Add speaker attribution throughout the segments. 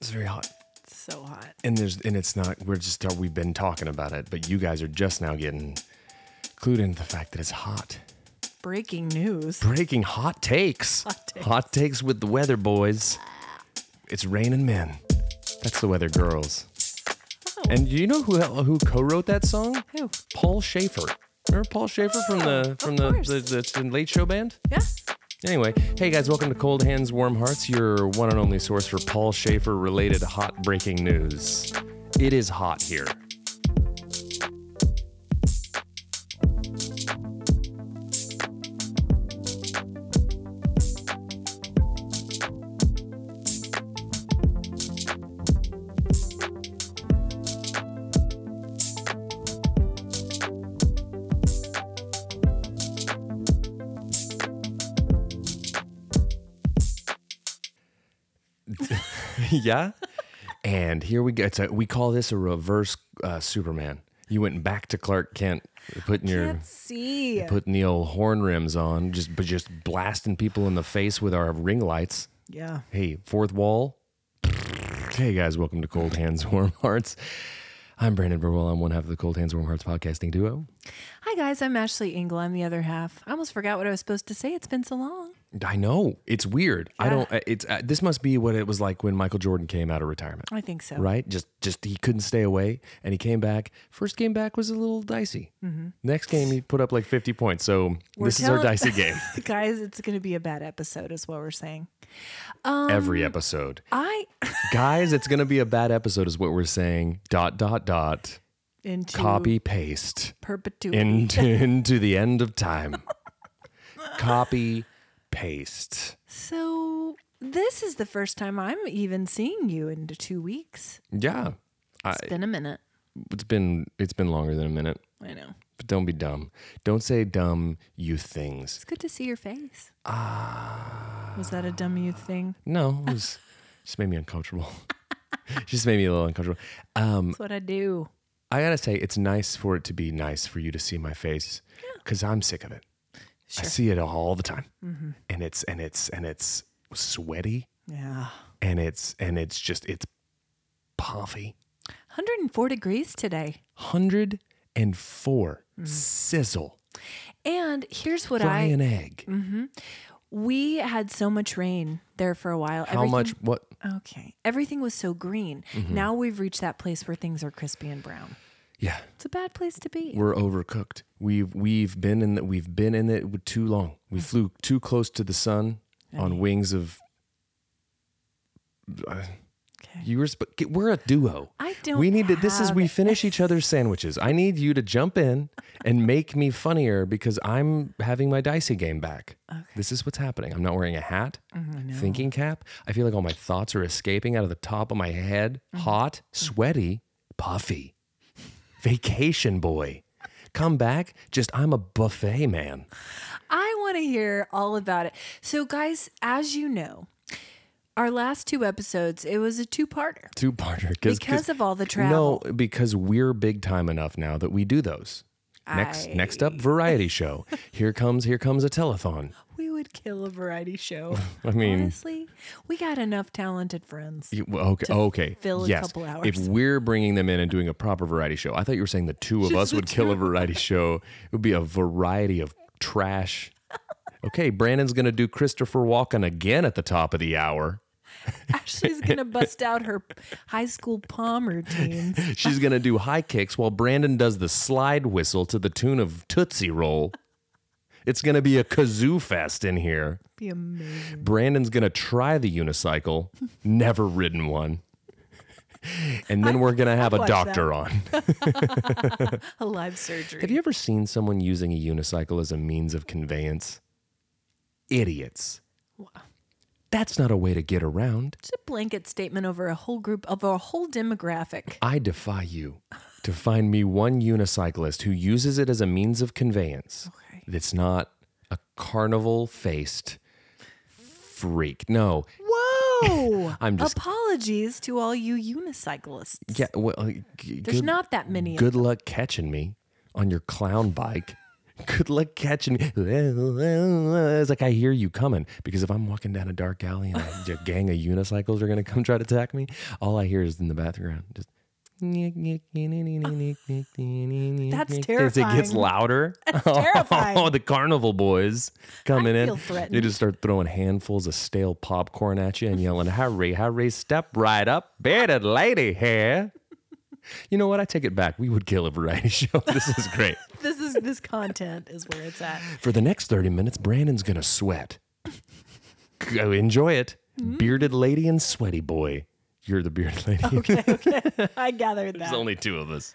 Speaker 1: It's very hot.
Speaker 2: So hot.
Speaker 1: And there's and it's not we're just uh, we've been talking about it, but you guys are just now getting clued into the fact that it's hot.
Speaker 2: Breaking news.
Speaker 1: Breaking hot takes.
Speaker 2: Hot takes.
Speaker 1: Hot takes with the weather boys. It's raining men. That's the weather girls.
Speaker 2: Oh,
Speaker 1: And do you know who who co-wrote that song?
Speaker 2: Who?
Speaker 1: Paul Schaefer. Remember Paul Schaefer from the
Speaker 2: of
Speaker 1: from the,
Speaker 2: course.
Speaker 1: the, the, the Late Show band?
Speaker 2: Yeah.
Speaker 1: Anyway, hey guys, welcome to Cold Hands Warm Hearts, your one and only source for Paul Schaefer related hot breaking news. It is hot here. yeah. And here we go. It's a, we call this a reverse uh, Superman. You went back to Clark Kent, putting your
Speaker 2: Can't see.
Speaker 1: putting the old horn rims on, just but just blasting people in the face with our ring lights.
Speaker 2: yeah.
Speaker 1: Hey, fourth wall. Hey guys, welcome to Cold Hands Warm Hearts. I'm Brandon Burwell. I'm one half of the Cold Hands Warm Hearts podcasting duo.
Speaker 2: Hi guys, I'm Ashley Engel. I'm the other half. I almost forgot what I was supposed to say. It's been so long.
Speaker 1: I know it's weird. I don't. It's uh, this must be what it was like when Michael Jordan came out of retirement.
Speaker 2: I think so.
Speaker 1: right? Just just he couldn't stay away, and he came back. First game back was a little dicey. Next game he put up like fifty points. So
Speaker 2: Mm-hmm. We're
Speaker 1: this is our
Speaker 2: telling-
Speaker 1: dicey game
Speaker 2: guys, it's going to be a bad episode is what we're saying. Um,
Speaker 1: every episode,
Speaker 2: I
Speaker 1: guys. It's gonna be a bad episode, is what we're saying. Dot dot dot.
Speaker 2: into
Speaker 1: Copy paste
Speaker 2: perpetuity.
Speaker 1: into into the end of time. Copy paste.
Speaker 2: so this is the first time I'm even seeing you in two weeks.
Speaker 1: Yeah, I,
Speaker 2: It's been a minute.
Speaker 1: it's been it's been longer than a minute.
Speaker 2: I know.
Speaker 1: But don't be dumb. Don't say dumb you things.
Speaker 2: It's good to see your face. Ah. Was that a dumb youth thing?
Speaker 1: No, it was just made me uncomfortable. just made me a little uncomfortable. Um,
Speaker 2: That's what I do.
Speaker 1: I gotta say, it's nice for it to be nice for you to see my face because I'm sick of it. I see it all the time, and it's and it's and it's sweaty,
Speaker 2: Yeah.
Speaker 1: and it's and it's just it's puffy.
Speaker 2: 104 degrees today.
Speaker 1: Hundred and four sizzle
Speaker 2: And here's what
Speaker 1: fry
Speaker 2: I
Speaker 1: an egg.
Speaker 2: we had so much rain there for a while.
Speaker 1: How much? Mm-hmm. What?
Speaker 2: Okay. Everything was so green. Now we've reached that place where things are crispy and brown.
Speaker 1: Yeah,
Speaker 2: It's a bad place to be.
Speaker 1: we're overcooked. We've we've been in that we've been in it too long. We flew too close to the sun on wings of.
Speaker 2: Okay.
Speaker 1: You were sp- get- we're a duo.
Speaker 2: I don't
Speaker 1: We need to. This is
Speaker 2: have
Speaker 1: we finish each other's sandwiches. I need you to jump in and make me funnier because I'm having my dicey game back. This is what's happening. I'm not wearing a hat,
Speaker 2: Mm-hmm,
Speaker 1: thinking cap. I feel like all my thoughts are escaping out of the top of my head.
Speaker 2: Mm-hmm.
Speaker 1: Hot, sweaty, puffy. Vacation boy. Come back. Just I'm a buffet man.
Speaker 2: I want to hear all about it. So, guys, as you know, our last two episodes, it was a two parter
Speaker 1: Two parter
Speaker 2: because of all the travel.
Speaker 1: No, because we're big time enough now that we do those. Next, next up, variety show. Here comes, here comes a telethon.
Speaker 2: We would kill a variety show.
Speaker 1: I mean,
Speaker 2: Honestly, we got enough talented friends.
Speaker 1: you- well, okay, okay,
Speaker 2: fill a
Speaker 1: yes.
Speaker 2: couple hours.
Speaker 1: If we're bringing them in and doing a proper variety show, I thought you were saying the two of
Speaker 2: Just
Speaker 1: us
Speaker 2: the
Speaker 1: would kill a variety show. It would be a variety of trash. Okay, Brandon's gonna do Christopher Walken again at the top of the hour.
Speaker 2: Ashley's going to bust out her high school palm routines.
Speaker 1: She's gonna do high kicks while Brandon does the slide whistle to the tune of Tootsie Roll. It's gonna be a kazoo fest in here.
Speaker 2: Be amazing.
Speaker 1: Brandon's gonna try the unicycle, never ridden one. And then we're gonna have a
Speaker 2: watched that.
Speaker 1: doctor on.
Speaker 2: A live surgery.
Speaker 1: Have you ever seen someone using a unicycle as a means of conveyance? Idiots. That's not a way to get around.
Speaker 2: It's a blanket statement over a whole group of a whole demographic.
Speaker 1: I defy you to find me one unicyclist who uses it as a means of conveyance
Speaker 2: Okay.
Speaker 1: that's not a carnival faced freak. No.
Speaker 2: Whoa!
Speaker 1: I'm just-
Speaker 2: apologies to all you unicyclists.
Speaker 1: Yeah, well, uh, g-
Speaker 2: There's
Speaker 1: good,
Speaker 2: not that many. of
Speaker 1: good luck catching me on your clown bike Good luck catching me. It's like I hear you coming because if I'm walking down a dark alley and a, a gang of unicycles are going to come try to attack me, all I hear is in the background just. That's As it
Speaker 2: terrifying.
Speaker 1: gets louder,
Speaker 2: terrifying.
Speaker 1: oh, the carnival boys coming
Speaker 2: feel
Speaker 1: in.
Speaker 2: threatened.
Speaker 1: They just start throwing handfuls of stale popcorn at you and yelling, "Hurry, hurry, step right up, bearded lady here." You know what? I take it back. We would kill a variety show. This is great.
Speaker 2: This is this content is where it's at.
Speaker 1: For the next 30 minutes, Brandon's going to sweat. Go enjoy it.
Speaker 2: Hmm?
Speaker 1: Bearded lady and sweaty boy. You're the bearded lady.
Speaker 2: I gathered that.
Speaker 1: There's only two of us.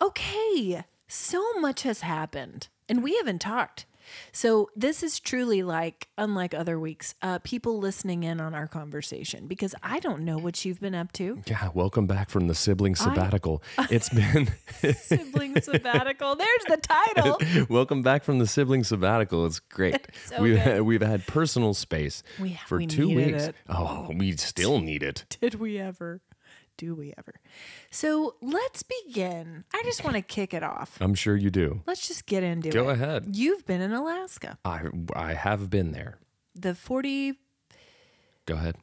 Speaker 2: okay, so much has happened and we haven't talked. So this is truly like unlike other weeks, uh, people listening in on our conversation because I don't know what you've been up to.
Speaker 1: Yeah, welcome back from the sibling sabbatical. It's been
Speaker 2: Sibling sabbatical. There's the title.
Speaker 1: welcome back from the sibling sabbatical. It's great.
Speaker 2: so
Speaker 1: we've
Speaker 2: good.
Speaker 1: had, we've had personal space
Speaker 2: We-
Speaker 1: for
Speaker 2: we
Speaker 1: two
Speaker 2: needed
Speaker 1: weeks.
Speaker 2: it.
Speaker 1: Oh, we still need it.
Speaker 2: Did we ever? Do we ever? So let's begin. I just want to kick it off.
Speaker 1: I'm sure you do.
Speaker 2: Let's just get into it.
Speaker 1: Go ahead.
Speaker 2: You've been in Alaska.
Speaker 1: I I have been there.
Speaker 2: The 49th
Speaker 1: Go ahead.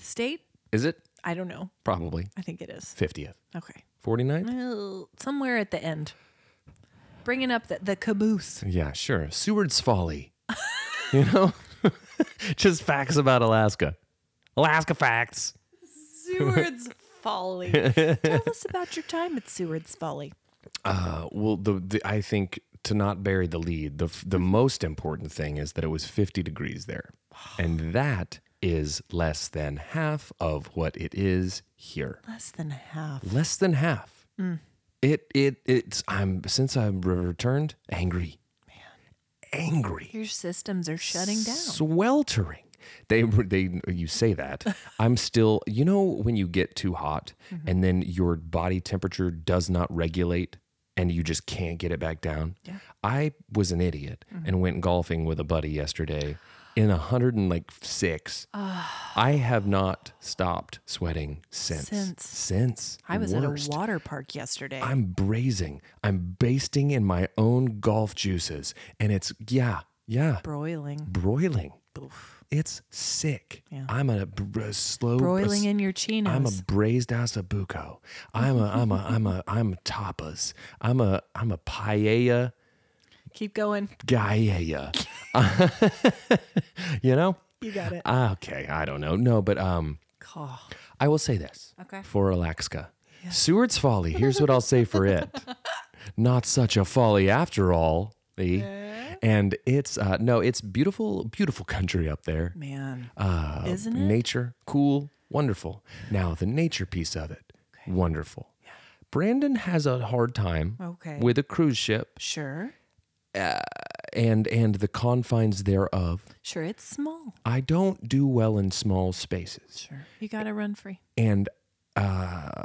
Speaker 2: state?
Speaker 1: Is it
Speaker 2: I don't know.
Speaker 1: probably
Speaker 2: I think it is.
Speaker 1: 50th,
Speaker 2: Okay. Mm.
Speaker 1: 49th?
Speaker 2: Well, somewhere at the end. Bringing up the, the caboose.
Speaker 1: Yeah, sure. Seward's Folly. you know, just facts about Alaska. Alaska facts.
Speaker 2: Seward's Folly. Tell us about your time at Seward's Folly.
Speaker 1: Uh, well, the, the I think to not bury the lead, the f- the most important thing is that it was 50 degrees there, and that is less than half of what it is here.
Speaker 2: Less than half.
Speaker 1: Less than half. It it it's I'm since I've re- returned angry, man, angry.
Speaker 2: Your systems are shutting down.
Speaker 1: sweltering. They were they you say that. I'm still you know when you get too hot
Speaker 2: Mm-hmm.
Speaker 1: and then your body temperature does not regulate and you just can't get it back down.
Speaker 2: Yeah. Mm-hmm.
Speaker 1: I was an idiot and went golfing with a buddy yesterday in 106.
Speaker 2: Ah.
Speaker 1: I have not stopped sweating since.
Speaker 2: Since.
Speaker 1: Since.
Speaker 2: I was
Speaker 1: Worst.
Speaker 2: at a water park yesterday.
Speaker 1: I'm braising. I'm basting in my own golf juices and it's yeah. Yeah.
Speaker 2: broiling.
Speaker 1: Broiling.
Speaker 2: Oof.
Speaker 1: It's sick.
Speaker 2: Yeah.
Speaker 1: I'm a, br- a slow
Speaker 2: Broiling
Speaker 1: a s-
Speaker 2: in your chinos.
Speaker 1: I'm a braised ass abuco. I'm a I'm a I'm a I'm a tapas. I'm a I'm a paella
Speaker 2: Keep going.
Speaker 1: gaia. you know? Ah,
Speaker 2: You got it.
Speaker 1: Okay, I don't know. No, but um
Speaker 2: Call.
Speaker 1: I will say this.
Speaker 2: Okay.
Speaker 1: For Alaska. Seward's folly. Here's what I'll say for it. Not such a folly after all. eh? And it's uh no, it's beautiful, beautiful country up there.
Speaker 2: Man.
Speaker 1: Uh,
Speaker 2: Isn't it?
Speaker 1: Nature, cool, wonderful. Now, the nature piece of it, wonderful. Brandon has a hard time
Speaker 2: Okay.
Speaker 1: with a cruise ship
Speaker 2: Sure.
Speaker 1: and and the confines thereof.
Speaker 2: Sure, it's small.
Speaker 1: I don't do well in small spaces,
Speaker 2: Sure. You got to run free.
Speaker 1: and uh,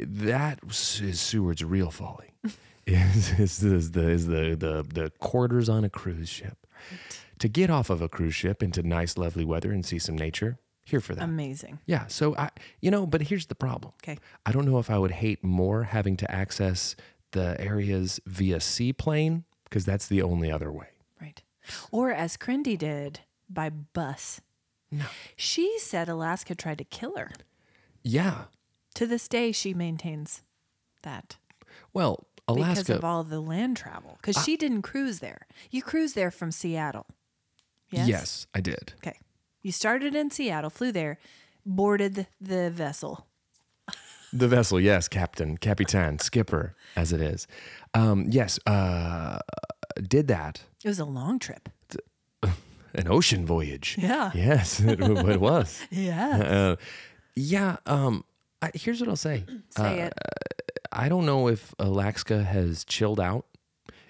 Speaker 1: that is Seward's real folly. is is, is the is the the the quarters on a cruise ship. To get off of a cruise ship into nice, lovely weather and see some nature, here
Speaker 2: Uh.
Speaker 1: for that.
Speaker 2: Amazing.
Speaker 1: Yeah. So I, you know, but here's the problem.
Speaker 2: Okay.
Speaker 1: I don't know if I would hate more having to access the areas via seaplane because that's the only other way.
Speaker 2: Right. Or as Crindy did, by bus.
Speaker 1: No.
Speaker 2: She said Alaska tried to kill her.
Speaker 1: Yeah.
Speaker 2: To this day, she maintains that
Speaker 1: Well,
Speaker 2: because of
Speaker 1: Alaska.
Speaker 2: all the land travel. Because she didn't cruise there. You cruise there from Seattle. Yes?
Speaker 1: yes, I did.
Speaker 2: Okay. You started in Seattle, flew there, boarded the vessel.
Speaker 1: The vessel, yes, captain, capitan, skipper, as it is. Um, yes, uh, did that.
Speaker 2: It was a long trip.
Speaker 1: An ocean voyage.
Speaker 2: Yeah.
Speaker 1: Yes, it, it was.
Speaker 2: Yeah.
Speaker 1: Uh, yeah. Um, I, here's what I'll say.
Speaker 2: Say it.
Speaker 1: I don't know if Alaska has chilled out.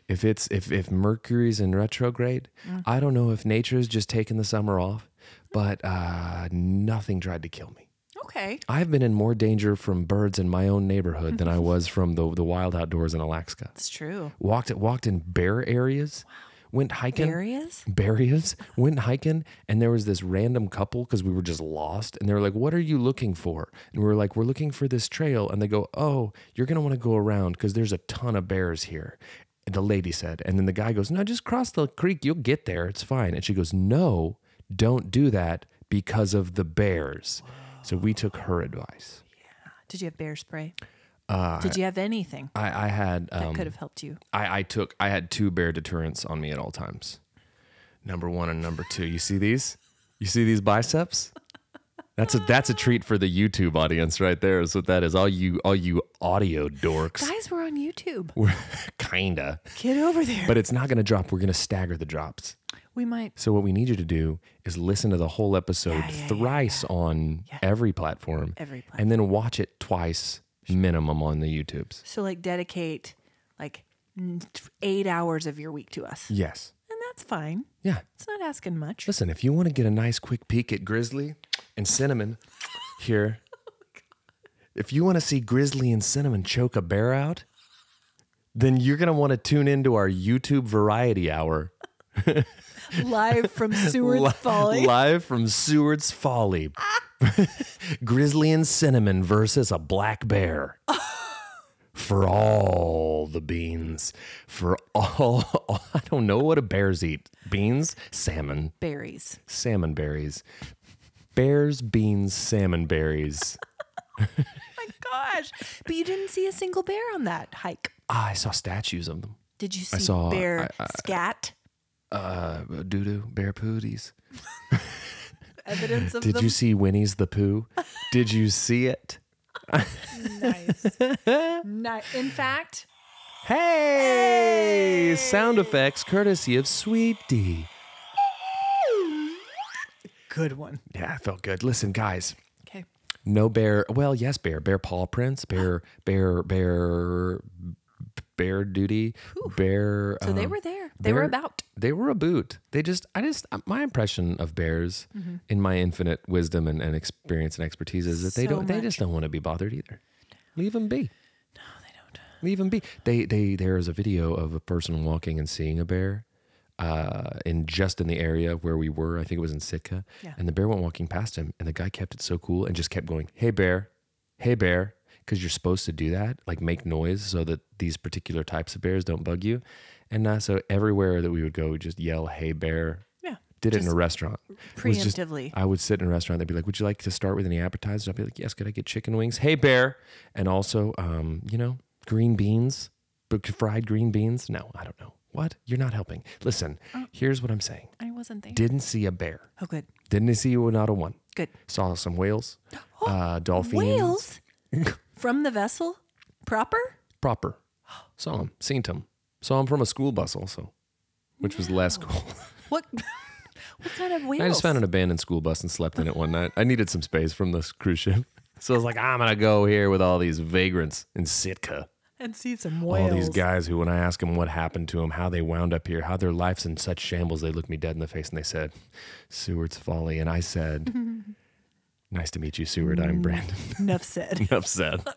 Speaker 1: If it's if if Mercury's in retrograde, I don't know if nature's just taking the summer off. But uh, nothing tried to kill me.
Speaker 2: Okay.
Speaker 1: I've been in more danger from birds in my own neighborhood than I was from the the wild outdoors in Alaska.
Speaker 2: It's true.
Speaker 1: Walked walked in bear areas. Went hiking
Speaker 2: Areas?
Speaker 1: barriers, went hiking, and there was this random couple because we were just lost. And they were like, What are you looking for? And we were like, We're looking for this trail. And they go, Oh, you're going to want to go around because there's a ton of bears here. the lady said. And then the guy goes, No, just cross the creek. You'll get there. It's fine. And she goes, No, don't do that because of the bears. So we took her advice.
Speaker 2: Did you have bear spray? Did you have anything
Speaker 1: I, I had Uh, um,
Speaker 2: could have helped you?
Speaker 1: I, I took I had two bear deterrents on me at all times. Number one and number two. You see these? You see these biceps? That's a that's a treat for the YouTube audience right there. Is what that is. All you all you audio dorks.
Speaker 2: Guys, we're on YouTube.
Speaker 1: We're kinda.
Speaker 2: Get over there.
Speaker 1: But it's not gonna drop. We're gonna stagger the drops.
Speaker 2: we might.
Speaker 1: So what we need you to do is listen to the whole episode thrice on every platform.
Speaker 2: Every
Speaker 1: And then watch it twice minimum on the YouTubes.
Speaker 2: So like dedicate like n- eight hours of your week to us,
Speaker 1: Yes.
Speaker 2: and that's fine.
Speaker 1: Yeah.
Speaker 2: It's not asking much.
Speaker 1: Listen, if you want to get a nice quick peek at Grizzly and Cinnamon here, if you want to see Grizzly and Cinnamon choke a bear out, then you're going to want to tune into our YouTube variety hour
Speaker 2: Live from Seward's
Speaker 1: li-
Speaker 2: Folly.
Speaker 1: live from Seward's Folly. Grizzly and Cinnamon versus a black bear. For all the beans, for all, I don't know what do bears eat. Beans, salmon
Speaker 2: Berries.
Speaker 1: salmon berries. Bears, beans, salmon berries.
Speaker 2: My gosh! But you didn't see a single bear on that hike.
Speaker 1: Ah, I saw statues of them.
Speaker 2: Did you see
Speaker 1: saw-
Speaker 2: bear scat?
Speaker 1: Uh, doo doo, bear pooties.
Speaker 2: Evidence of
Speaker 1: Did
Speaker 2: them.
Speaker 1: you see Winnie's the Pooh? Did you see it?
Speaker 2: Nice. Ni- In fact,
Speaker 1: Hey! Sound effects courtesy of Sweet D.
Speaker 2: good one.
Speaker 1: Yeah, it felt good. Listen, guys,
Speaker 2: Okay.
Speaker 1: no bear. Well, yes, bear. Bear paw prints, bear, bear, bear, bear duty, bear.
Speaker 2: So they
Speaker 1: um,
Speaker 2: were there. They were
Speaker 1: bear-
Speaker 2: about.
Speaker 1: they were a boot. They just, I just, uh, my impression of bears,
Speaker 2: Mm-hmm.
Speaker 1: in my infinite wisdom and, and experience and expertise, is that they
Speaker 2: So
Speaker 1: don't, they
Speaker 2: much.
Speaker 1: just don't want to be bothered either. Leave them be.
Speaker 2: No, they don't.
Speaker 1: Leave them be. They, they, there is a video of a person walking and seeing a bear, uh, in just in the area where we were. I think it was in Sitka.
Speaker 2: Yeah.
Speaker 1: And the bear went walking past him, and the guy kept it so cool and just kept going, "Hey bear, hey bear," because you're supposed to do that, like make noise so that these particular types of bears don't bug you. And uh, so everywhere that we would go, we'd just yell, "Hey bear."
Speaker 2: Yeah.
Speaker 1: Did it in a restaurant. It was just-
Speaker 2: Preemptively.
Speaker 1: I would sit in a restaurant. They'd be like, "Would you like to start with any appetizers?" I'd be like, "Yes." Could I get chicken wings? Hey, bear, and also, um, you know, green beans, but fried green beans. No, I don't know. What? You're not helping. Listen,
Speaker 2: Oh.
Speaker 1: here's what I'm saying.
Speaker 2: I wasn't there.
Speaker 1: Didn't see a bear.
Speaker 2: oh, good.
Speaker 1: Didn't see you not a one.
Speaker 2: Good.
Speaker 1: Saw some whales, uh, dolphins.
Speaker 2: Oh, Whales from the vessel proper?
Speaker 1: Proper. Saw them. Seen them. Saw them from a school bus also, which was less cool.
Speaker 2: What what kind of whales?
Speaker 1: I just found an abandoned school bus and slept in it one night. I needed some space from this cruise ship. So I was like, I'm going to go here with all these vagrants in Sitka.
Speaker 2: and see some whales.
Speaker 1: All these guys who, when I ask them what happened to them, how they wound up here, how their life's in such shambles, they looked me dead in the face and they said, Seward's folly. And I said, Nice to meet you, Seward.
Speaker 2: Mm.
Speaker 1: I'm Brandon.
Speaker 2: Enough said.
Speaker 1: Enough said.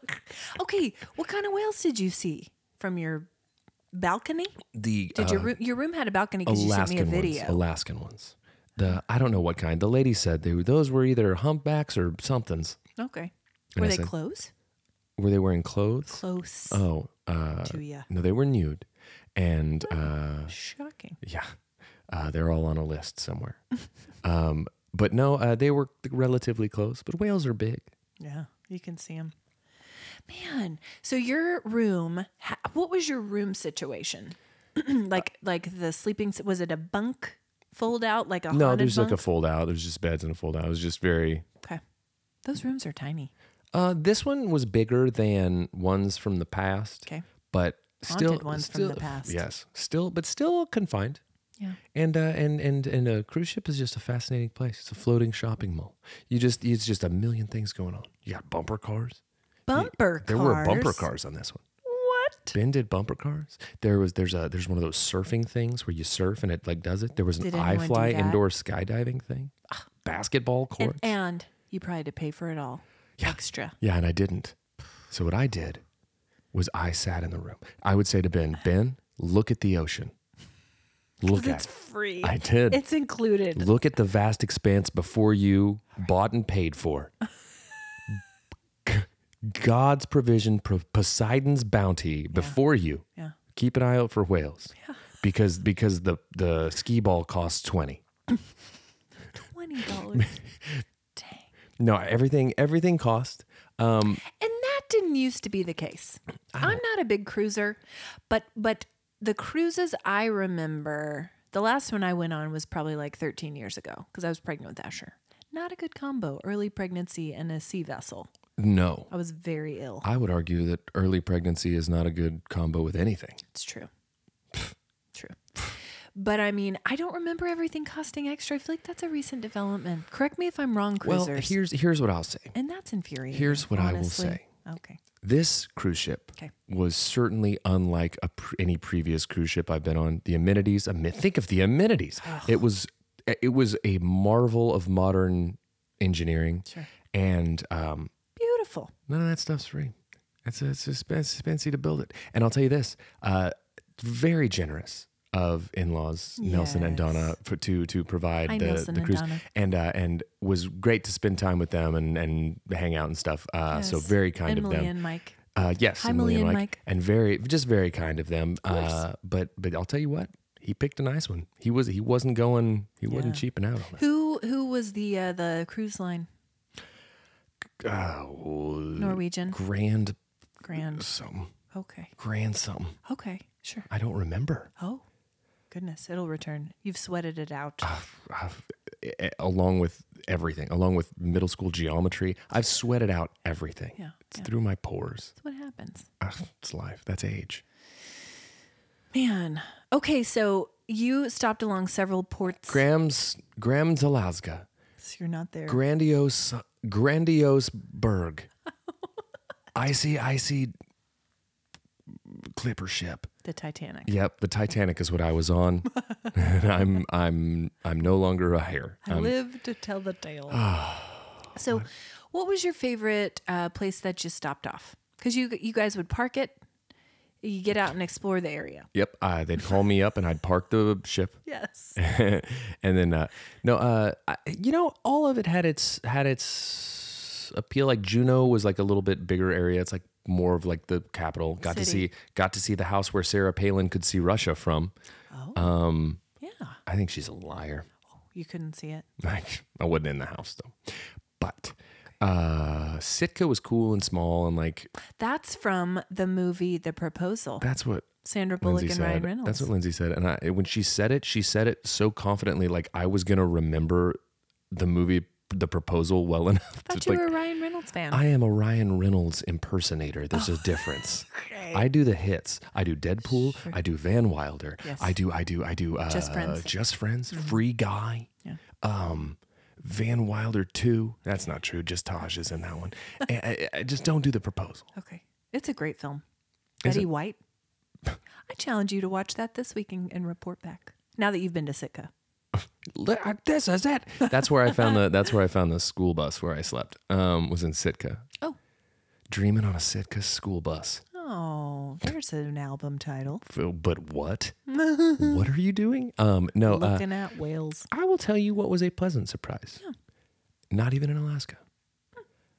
Speaker 2: okay, what kind of whales did you see from your balcony?
Speaker 1: The
Speaker 2: Did your room, your room had a balcony because you sent me a
Speaker 1: Uh, Alaskan ones.
Speaker 2: video.
Speaker 1: Alaskan ones. The I don't know what kind. The lady said they, were- those were either humpbacks or somethings.
Speaker 2: Okay. Were
Speaker 1: Oh. I
Speaker 2: they
Speaker 1: said-
Speaker 2: close?
Speaker 1: Were they wearing clothes?
Speaker 2: Close
Speaker 1: Oh, uh,
Speaker 2: to you.
Speaker 1: No, they were nude. And uh,
Speaker 2: Shocking.
Speaker 1: yeah, uh, they're all on a list somewhere. um, but no, uh, they were relatively close, but whales are big.
Speaker 2: Yeah, you can see them. Man, so your room, ha- what was your room situation? like like the sleeping s- was it a bunk fold out like a
Speaker 1: No,
Speaker 2: haunted
Speaker 1: there's
Speaker 2: bunk?
Speaker 1: like a fold out. There's just beds and a fold out. It was just very.
Speaker 2: okay. Those rooms are tiny.
Speaker 1: Uh, this one was bigger than ones from the past.
Speaker 2: Okay.
Speaker 1: But still,
Speaker 2: Haunted ones from
Speaker 1: still,
Speaker 2: the past.
Speaker 1: Yes, still, but still confined.
Speaker 2: Yeah.
Speaker 1: And uh, and and and a cruise ship is just a fascinating place. It's a floating shopping mall. You just it's just a million things going on. You got bumper cars.
Speaker 2: Bumper cars.
Speaker 1: There were bumper cars on this one.
Speaker 2: What?
Speaker 1: Bended bumper cars. There was there's a there's one of those surfing things where you surf and it like does it. There was an
Speaker 2: Did anyone do
Speaker 1: iFly
Speaker 2: that?
Speaker 1: indoor skydiving thing. Basketball courts.
Speaker 2: And, and you probably had to pay for it all. Extra.
Speaker 1: yeah, and I didn't. So what I did was I sat in the room. I would say to Ben, Ben, look at the ocean. Look at
Speaker 2: It's
Speaker 1: it.
Speaker 2: free.
Speaker 1: I did.
Speaker 2: It's included.
Speaker 1: Look at the vast expanse before you, bought and paid for. G- God's provision, pro- Poseidon's bounty before you.
Speaker 2: Yeah.
Speaker 1: keep an eye out for whales because because the the ski ball costs 20
Speaker 2: Twenty dollars.
Speaker 1: no everything everything cost um
Speaker 2: And that didn't used to be the case. I'm not a big cruiser, but but the cruises I remember, the last one I went on was probably like 13 years ago because I was pregnant with Asher. Not a good combo, early pregnancy and a sea vessel.
Speaker 1: no
Speaker 2: I was very ill.
Speaker 1: i would argue that early pregnancy is not a good combo with anything
Speaker 2: It's true. true. But I mean, I don't remember everything costing extra. I feel like that's a recent development. Correct me if I'm wrong, cruisers.
Speaker 1: well here's here's what i'll say
Speaker 2: and that's infuriating.
Speaker 1: here's what I will
Speaker 2: honestly.
Speaker 1: say.
Speaker 2: Okay.
Speaker 1: this cruise ship
Speaker 2: Okay.
Speaker 1: was certainly unlike a, pr- any previous cruise ship I've been on. The amenities, ami- think of the amenities. It was it was a marvel of modern engineering,
Speaker 2: Sure.
Speaker 1: and um,
Speaker 2: Beautiful.
Speaker 1: none of that stuff's free. It's it's expensive, expensive to build it. And I'll tell you this, uh, very generous of in-laws Nelson and Donna for, to to provide
Speaker 2: Hi,
Speaker 1: the,
Speaker 2: Nelson
Speaker 1: the
Speaker 2: and
Speaker 1: cruise
Speaker 2: Donna.
Speaker 1: and uh, and was great to spend time with them and and hang out and stuff. Uh, So
Speaker 2: Yes.
Speaker 1: very kind
Speaker 2: Emily
Speaker 1: of them.
Speaker 2: and Mike.
Speaker 1: Uh, yes,
Speaker 2: Hi,
Speaker 1: Emily and
Speaker 2: Millie
Speaker 1: Mike,
Speaker 2: and
Speaker 1: and very just very kind of them. uh, but but I'll tell you what, he picked a nice one. He was he wasn't going he wasn't cheaping out on that.
Speaker 2: Who who was the uh, the cruise line?
Speaker 1: Oh,
Speaker 2: Norwegian
Speaker 1: grand
Speaker 2: Grand.
Speaker 1: something,
Speaker 2: Okay.
Speaker 1: grand something.
Speaker 2: Okay. Sure.
Speaker 1: I don't remember.
Speaker 2: Oh. Goodness, it'll return. You've sweated it out.
Speaker 1: I've, eh, along with everything, along with middle school geometry, I've sweated out everything.
Speaker 2: Yeah,
Speaker 1: it's through my pores.
Speaker 2: That's what happens.
Speaker 1: Ah, it's life. That's age.
Speaker 2: Man. Okay, so you stopped along several ports.
Speaker 1: Graham's Graham Alaska,
Speaker 2: So you're not there.
Speaker 1: grandiose grandiose berg icy icy clipper ship
Speaker 2: the Titanic.
Speaker 1: yep the titanic is what i was on and i'm i'm i'm no longer a hare
Speaker 2: I live to tell the tale. so, um, Ah. what was your favorite uh, place that you stopped off? Because you you guys would park it, you get out and explore the area.
Speaker 1: yep uh, they'd call me up and i'd park the ship
Speaker 2: Yes.
Speaker 1: and then uh no uh I, you know all of it had its had its appeal like juneau was like a little bit bigger area it's like more of like the capital got
Speaker 2: City.
Speaker 1: to see got to see the house where sarah palin could see russia from
Speaker 2: yeah.
Speaker 1: i think she's a liar
Speaker 2: You couldn't see it.
Speaker 1: Like I wasn't in the house though. But uh Sitka was cool and small and like
Speaker 2: That's from the movie The Proposal.
Speaker 1: that's what
Speaker 2: Sandra Bullock
Speaker 1: Lindsay
Speaker 2: and
Speaker 1: said.
Speaker 2: Ryan Reynolds.
Speaker 1: That's what Lindsay said. And I when she said it, she said it so confidently like I was gonna remember the movie the proposal well enough
Speaker 2: I thought
Speaker 1: to
Speaker 2: you
Speaker 1: like
Speaker 2: were a Ryan Reynolds fan.
Speaker 1: I am a Ryan Reynolds impersonator. There's
Speaker 2: Oh,
Speaker 1: a difference. I do the hits. I do Deadpool. I do Van Wilder.
Speaker 2: Yes.
Speaker 1: I do. I do. I do. Uh,
Speaker 2: Just Friends. Mm-hmm.
Speaker 1: Just Friends. Free Guy.
Speaker 2: Yeah.
Speaker 1: Um, Van Wilder Two. That's not true. Just Taj is in that one. And I, I- I just don't do the proposal.
Speaker 2: okay. It's a great film.
Speaker 1: Is
Speaker 2: Betty
Speaker 1: it?
Speaker 2: White. I challenge you to watch that this week and, and report back. Now that you've been to Sitka.
Speaker 1: Li- I- This is it. That's where I found the. That's where I found the school bus where I slept. Um, was in Sitka.
Speaker 2: Oh.
Speaker 1: Dreaming on a Sitka school bus.
Speaker 2: Oh, there's an album title.
Speaker 1: But what? what are you doing? Um, no. uh,
Speaker 2: Looking at whales.
Speaker 1: I will tell you what was a pleasant surprise. Not even in Alaska.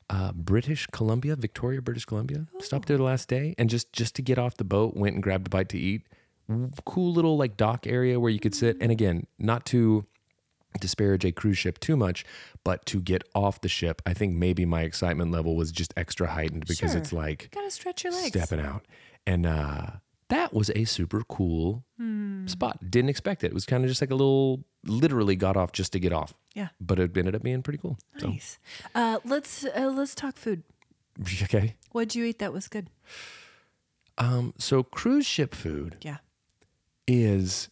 Speaker 1: Uh, British Columbia, Victoria, British Columbia. Stopped there the last day and just just to get off the boat, went and grabbed a bite to eat. W- Cool little like dock area where you could sit. And again, not to disparage a cruise ship too much, but to get off the ship, I think maybe my excitement level was just extra heightened because
Speaker 2: Sure.
Speaker 1: it's like
Speaker 2: Gotta stretch your legs.
Speaker 1: stepping out. And uh, that was a super cool
Speaker 2: Hmm.
Speaker 1: spot. Didn't expect it. It was kind of just like a little, literally got off just to get off.
Speaker 2: Yeah.
Speaker 1: But it ended up being pretty cool. So,
Speaker 2: Nice. Uh, let's uh, let's talk food.
Speaker 1: okay.
Speaker 2: What'd you eat that was good?
Speaker 1: Um, so cruise ship food
Speaker 2: Yeah.
Speaker 1: is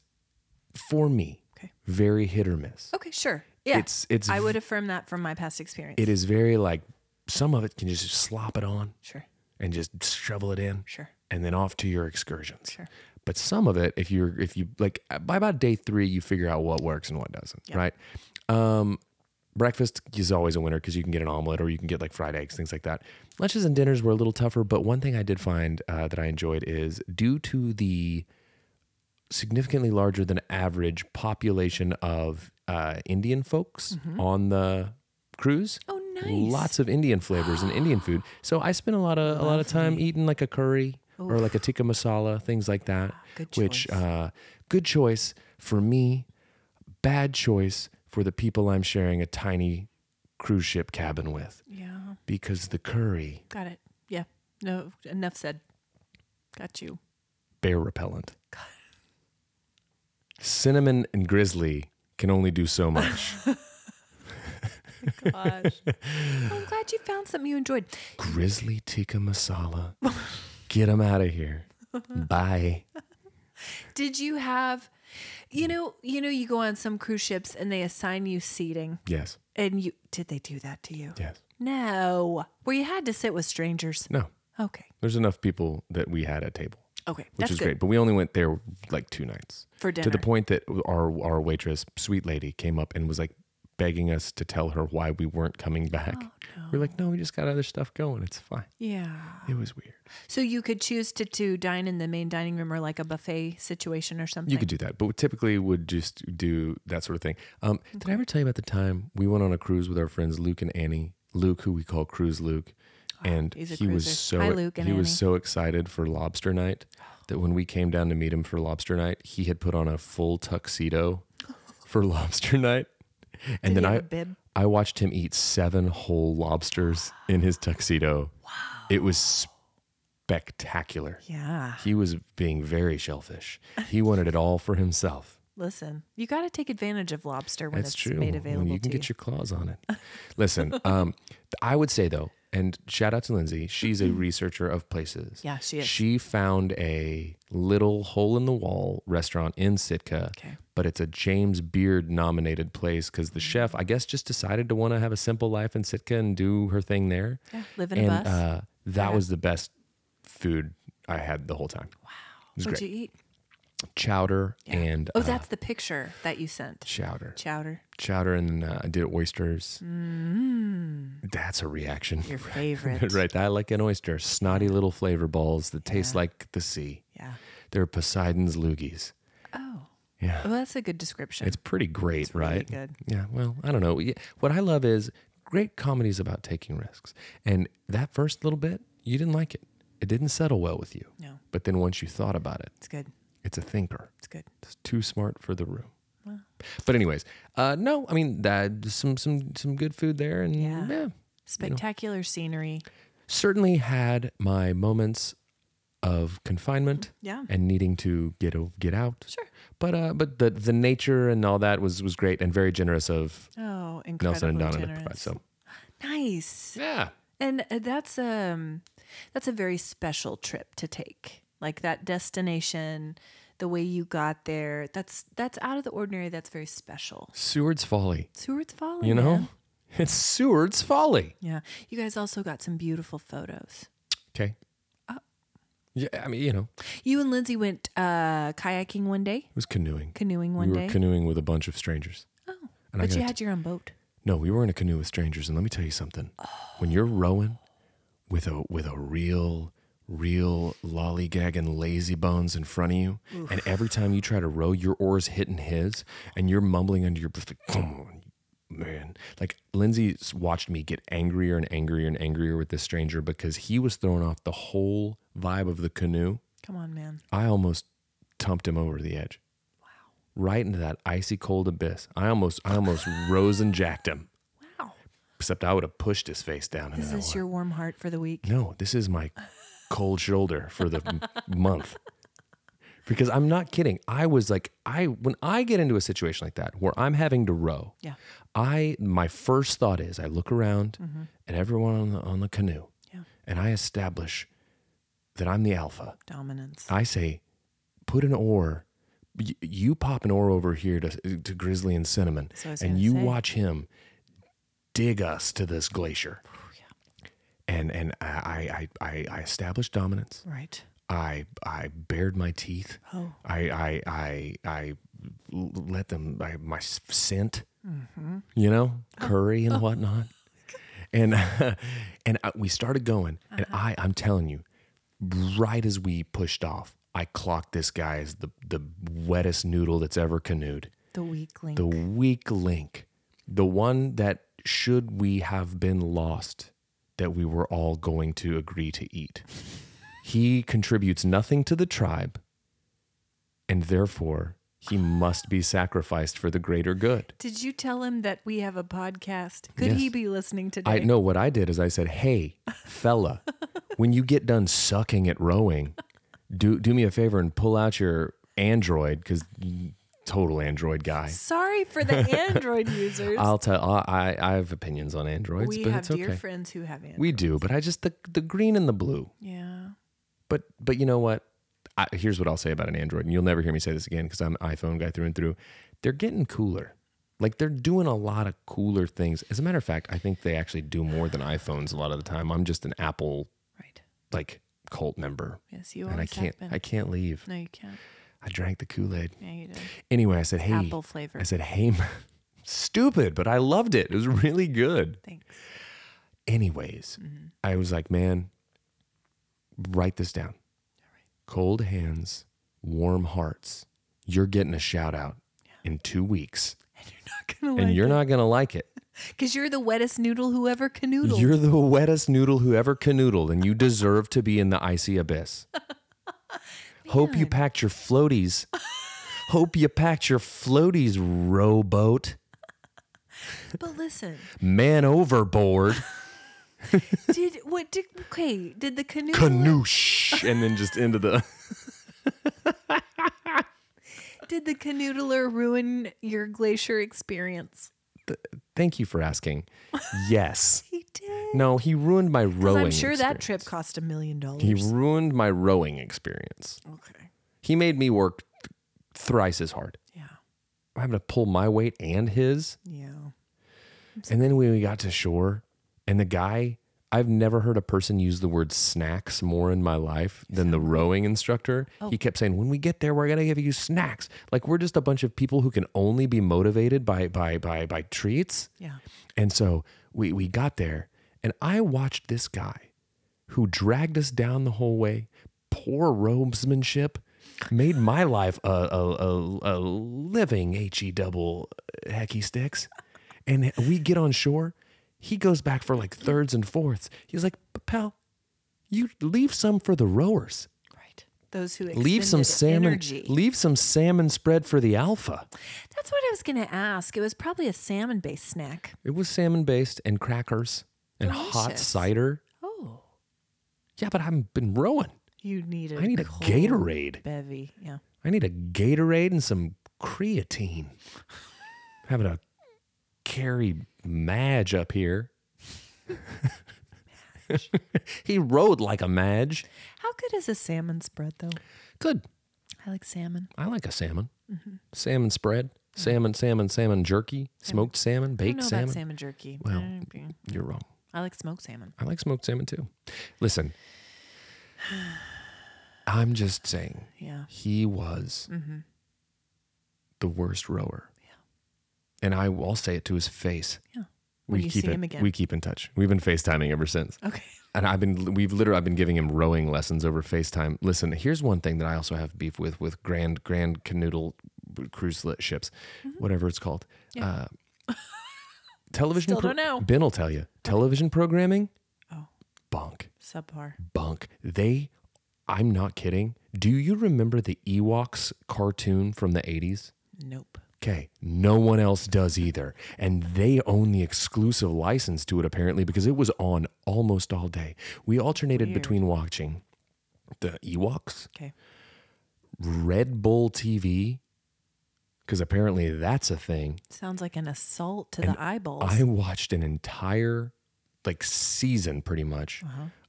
Speaker 1: for me
Speaker 2: Okay.
Speaker 1: very hit or miss.
Speaker 2: Okay, sure. Yeah.
Speaker 1: It's it's
Speaker 2: I would affirm that from my past experience.
Speaker 1: it is very like some of it can just slop it on
Speaker 2: sure.
Speaker 1: and just shovel it in.
Speaker 2: Sure.
Speaker 1: and then off to your excursions.
Speaker 2: Sure.
Speaker 1: But some of it, if you're if you like by about day three, you figure out what works and what doesn't, right? Um, breakfast is always a winner because you can get an omelet or you can get like fried eggs, things like that. Lunches and dinners were a little tougher, but one thing I did find uh, that I enjoyed is due to the significantly larger than average population of uh, Indian folks on the cruise.
Speaker 2: Mm-hmm. Oh, nice.
Speaker 1: Lots of Indian flavors and Indian food. So I spent a lot of a lot of time eating like a curry or like a tikka masala, things like that.
Speaker 2: Ah, Good
Speaker 1: Which
Speaker 2: choice.
Speaker 1: uh, good choice for me, bad choice for the people I'm sharing a tiny cruise ship cabin with
Speaker 2: Yeah.
Speaker 1: because the curry
Speaker 2: Got it. Yeah. No, enough said. Got you.
Speaker 1: bear repellent. Cinnamon and grizzly can only do so much.
Speaker 2: Gosh. I'm glad you found something you enjoyed.
Speaker 1: grizzly tikka masala. Get them out of here. Bye.
Speaker 2: Did you have you know, you know you go on some cruise ships and they assign you seating
Speaker 1: Yes.
Speaker 2: and you did they do that to you?
Speaker 1: Yes.
Speaker 2: No. Where you had to sit with strangers.
Speaker 1: No.
Speaker 2: Okay.
Speaker 1: There's enough people that we had at table,
Speaker 2: Okay.
Speaker 1: which
Speaker 2: That's
Speaker 1: is
Speaker 2: good
Speaker 1: great. But we only went there like two nights.
Speaker 2: for
Speaker 1: To
Speaker 2: dinner.
Speaker 1: the point that our our waitress, sweet lady, came up and was like begging us to tell her why we weren't coming back.
Speaker 2: Oh,
Speaker 1: We're like, no, we just got other stuff going. It's fine.
Speaker 2: Yeah.
Speaker 1: It was weird.
Speaker 2: So you could choose to, to dine in the main dining room or like a buffet situation or something.
Speaker 1: You could do that, but we typically would just do that sort of thing. Um, Did I ever tell you about the time we went on a cruise with our friends Luke and Annie? Luke, who we call Cruise Luke, and
Speaker 2: Ah, he's a
Speaker 1: he was
Speaker 2: cruiser.
Speaker 1: so
Speaker 2: Hi, Luke and
Speaker 1: he was
Speaker 2: Annie.
Speaker 1: so excited for Lobster Night that when we came down to meet him for Lobster Night, he had put on a full tuxedo for Lobster Night, and
Speaker 2: Did
Speaker 1: then
Speaker 2: he
Speaker 1: I
Speaker 2: have a bib?
Speaker 1: I watched him eat seven whole lobsters in his tuxedo. Wow, it was spectacular.
Speaker 2: Yeah.
Speaker 1: He was being very shellfish. He wanted it all for himself.
Speaker 2: Listen, you got to take advantage of lobster when
Speaker 1: That's
Speaker 2: it's
Speaker 1: true.
Speaker 2: made
Speaker 1: When
Speaker 2: available
Speaker 1: you can
Speaker 2: to
Speaker 1: get your claws on it. Listen, um, I would say though, and shout out to Lindsay. She's a researcher of places.
Speaker 2: Mm-hmm. Yeah, she is.
Speaker 1: She found a little hole in the wall restaurant in Sitka,
Speaker 2: Okay. Mm-hmm.
Speaker 1: but it's a James Beard nominated place because the chef, I guess, just decided to want to have a simple life in Sitka and do her thing there.
Speaker 2: Yeah, live in a
Speaker 1: and
Speaker 2: bus.
Speaker 1: Uh, that was the best food I had the whole time. Wow. It was
Speaker 2: What'd
Speaker 1: great.
Speaker 2: you eat?
Speaker 1: Chowder and
Speaker 2: Oh,
Speaker 1: uh,
Speaker 2: that's the picture that you sent.
Speaker 1: chowder
Speaker 2: Chowder,
Speaker 1: chowder and uh, I did oysters.
Speaker 2: Mm-hmm.
Speaker 1: That's a reaction.
Speaker 2: your favorite.
Speaker 1: right. I like an oyster. Snotty little flavor balls that taste like the sea.
Speaker 2: Yeah.
Speaker 1: They're Poseidon's loogies.
Speaker 2: Oh.
Speaker 1: Yeah.
Speaker 2: Well, that's a good description.
Speaker 1: It's pretty great,
Speaker 2: really
Speaker 1: right?
Speaker 2: good.
Speaker 1: Yeah. Well, I don't know. Yeah, What I love is great comedy is about taking risks. And that first little bit, you didn't like it. It didn't settle well with you.
Speaker 2: no,
Speaker 1: But then once you thought about it,
Speaker 2: it's good.
Speaker 1: it's a thinker.
Speaker 2: It's good.
Speaker 1: It's too smart for the room. But anyways, uh, no, I mean that some some some good food there, and
Speaker 2: Yeah.
Speaker 1: yeah.
Speaker 2: Spectacular scenery.
Speaker 1: certainly had my moments of confinement
Speaker 2: Yeah.
Speaker 1: and needing to get o- get out.
Speaker 2: Mm-hmm. Sure.
Speaker 1: But uh, but the the nature and all that was was great and very generous of
Speaker 2: Oh,
Speaker 1: Nelson
Speaker 2: incredibly
Speaker 1: and Donna to provide.
Speaker 2: generous.
Speaker 1: So
Speaker 2: Nice.
Speaker 1: yeah,
Speaker 2: And uh, that's um that's a very special trip to take. Like that destination, the way you got there. That's that's out of the ordinary. That's very special.
Speaker 1: Seward's Folly,
Speaker 2: Seward's Folly.
Speaker 1: you know,
Speaker 2: man.
Speaker 1: it's Seward's Folly.
Speaker 2: Yeah. You guys also got some beautiful photos.
Speaker 1: Okay.
Speaker 2: Oh.
Speaker 1: Yeah, I mean, you know, it
Speaker 2: You and Lindsay went uh, kayaking one day,
Speaker 1: was canoeing.
Speaker 2: canoeing one
Speaker 1: we were
Speaker 2: day.
Speaker 1: canoeing with a bunch of strangers.
Speaker 2: oh,
Speaker 1: And I
Speaker 2: but you
Speaker 1: gotta
Speaker 2: had your own boat.
Speaker 1: No, we were in a canoe with strangers, and let me tell you something. When you're rowing with a with a real, real lollygagging lazy bones in front of you, and every time you try to row, your oar's hitting his, and you're mumbling under your breath, like, come on, man. Like Lindsay s- watched me get angrier and angrier and angrier with this stranger because he was throwing off the whole vibe of the canoe.
Speaker 2: Come on, man.
Speaker 1: I almost tumped him over the edge. Wow. Right into that icy cold abyss. I almost I almost rose and jacked him
Speaker 2: Wow.
Speaker 1: except I would have pushed his face down.
Speaker 2: Is
Speaker 1: into that
Speaker 2: this your warm heart for the week?
Speaker 1: one. No, this is my cold shoulder for the m- month. Because I'm not kidding. I was like, I when I get into a situation like that where I'm having to row,
Speaker 2: Yeah.
Speaker 1: I my first thought is I look around at everyone on the on the canoe,
Speaker 2: Mm-hmm. Yeah.
Speaker 1: and I establish that I'm the alpha.
Speaker 2: Dominance.
Speaker 1: I say, put an oar. Y- You pop an oar over here to, to Grizzly and Cinnamon,
Speaker 2: That's what I was
Speaker 1: and
Speaker 2: gonna
Speaker 1: you
Speaker 2: say.
Speaker 1: watch him dig us to this glacier. And and I I, I, I established dominance.
Speaker 2: right.
Speaker 1: I I bared my teeth.
Speaker 2: Oh.
Speaker 1: I I I I l- let them I, my s- scent, you know, curry and whatnot, and and I, we started going. And I I'm telling you, right as we pushed off, I clocked this guy as the the wettest noodle that's ever canoed,
Speaker 2: The weakling.
Speaker 1: the weak link, the one that should we have been lost, that we were all going to agree to eat. He contributes nothing to the tribe, and therefore he must be sacrificed for the greater good.
Speaker 2: Did you tell him that we have a podcast? Could
Speaker 1: Yes.
Speaker 2: he be listening today?
Speaker 1: I know what I did is I said, "Hey, fella, when you get done sucking at rowing, do do me a favor and pull out your Android because total Android guy.
Speaker 2: Sorry for the Android users.
Speaker 1: I'll tell. I I have opinions on Androids,
Speaker 2: we
Speaker 1: but
Speaker 2: have
Speaker 1: it's okay.
Speaker 2: dear friends who have Android.
Speaker 1: we do, but I just the the green and the blue.
Speaker 2: yeah.
Speaker 1: But but you know what? I, here's what I'll say about an Android, and you'll never hear me say this again because I'm an iPhone guy through and through. They're getting cooler. Like they're doing a lot of cooler things. As a matter of fact, I think they actually do more than iPhones a lot of the time. I'm just an Apple
Speaker 2: Right.
Speaker 1: like cult member,
Speaker 2: Yes, you
Speaker 1: and I
Speaker 2: always
Speaker 1: can't
Speaker 2: have been.
Speaker 1: I can't leave.
Speaker 2: no, you can't.
Speaker 1: I drank the Kool Aid.
Speaker 2: Yeah, you did.
Speaker 1: Anyway, I said, hey,
Speaker 2: Apple flavor.
Speaker 1: I said, hey, m- stupid, but I loved it. It was really good.
Speaker 2: Thanks. Mm-hmm.
Speaker 1: Anyways, I was like, man, write this down. Cold hands, warm hearts. You're getting a shout out in two weeks,
Speaker 2: And you're not gonna
Speaker 1: and
Speaker 2: like
Speaker 1: you're not going to like it.
Speaker 2: because you're the wettest noodle who ever canoodled.
Speaker 1: You're the wettest noodle who ever canoodled, and you deserve to be in the icy abyss. Hope you packed your floaties. Hope you packed your floaties, rowboat.
Speaker 2: but listen,
Speaker 1: Man overboard.
Speaker 2: did what? Did, okay, did the canoodle?
Speaker 1: Canoosh. And then just into the.
Speaker 2: Did the canoodler ruin your glacier experience?
Speaker 1: Thank you for asking. Yes.
Speaker 2: He did.
Speaker 1: No, he ruined my
Speaker 2: Because
Speaker 1: rowing
Speaker 2: I'm sure that
Speaker 1: experience.
Speaker 2: trip cost a million
Speaker 1: He
Speaker 2: dollars.
Speaker 1: ruined my rowing experience.
Speaker 2: Okay.
Speaker 1: He made me work th- thrice as hard.
Speaker 2: Yeah.
Speaker 1: I'm having to pull my weight and his.
Speaker 2: Yeah.
Speaker 1: And then when we got to shore, and the guy, I've never heard a person use the word snacks more in my life than the rowing instructor. He kept saying, "When we get there, we're gonna give you snacks." Like we're just a bunch of people who can only be motivated by by by by treats.
Speaker 2: Yeah.
Speaker 1: And so we we got there, and I watched this guy who dragged us down the whole way. Poor robesmanship made my life a, a, a, a living he double hecky sticks. And we get on shore. He goes back for like thirds and fourths. He's like, pal, you leave some for the rowers.
Speaker 2: Right. Those who
Speaker 1: Leave some
Speaker 2: expended
Speaker 1: salmon.
Speaker 2: energy.
Speaker 1: Leave some salmon spread for the alpha.
Speaker 2: That's what I was going to ask. It was probably a salmon based snack.
Speaker 1: It was salmon based and crackers and hot
Speaker 2: Delicious.
Speaker 1: cider.
Speaker 2: Oh,
Speaker 1: Yeah, but I've been rowing.
Speaker 2: you needed.
Speaker 1: I need a Gatorade.
Speaker 2: bevy. Yeah.
Speaker 1: I need a Gatorade and some creatine. Having a carry Madge up here. he rode like a Madge.
Speaker 2: How good is a salmon spread though?
Speaker 1: Good.
Speaker 2: I like salmon.
Speaker 1: I like a salmon. Salmon spread, salmon, salmon, salmon jerky, smoked salmon,
Speaker 2: I Mm-hmm. don't
Speaker 1: baked
Speaker 2: know
Speaker 1: salmon.
Speaker 2: about salmon jerky.
Speaker 1: Well-
Speaker 2: Mm,
Speaker 1: You're wrong.
Speaker 2: I like smoked salmon.
Speaker 1: I like smoked salmon too. Listen, I'm just saying.
Speaker 2: Yeah.
Speaker 1: he was
Speaker 2: Mm-hmm.
Speaker 1: the worst rower. And I will say it to his face.
Speaker 2: Yeah. When you
Speaker 1: keep
Speaker 2: see
Speaker 1: it-
Speaker 2: him again.
Speaker 1: We keep in touch. We've been FaceTiming ever since.
Speaker 2: Okay.
Speaker 1: And I've been we've literally I've been giving him rowing lessons over FaceTime. Listen, here's one thing that I also have beef with with Grand Grand Canoodle cruise li- ships,
Speaker 2: Mm-hmm.
Speaker 1: whatever it's called. Uh, television
Speaker 2: Still don't know.
Speaker 1: Ben will tell you. Television programming?
Speaker 2: Oh.
Speaker 1: Bonk
Speaker 2: Subpar.
Speaker 1: bunk. They, I'm not kidding. Do you remember the Ewoks cartoon from the 80s?
Speaker 2: Nope.
Speaker 1: Okay, no one else does either. And they own the exclusive license to it apparently because it was on almost all day. We alternated between watching the Ewoks,
Speaker 2: Okay.
Speaker 1: Red Bull TV, because apparently that's a thing.
Speaker 2: Sounds like an assault to the eyeballs.
Speaker 1: I watched an entire like season pretty much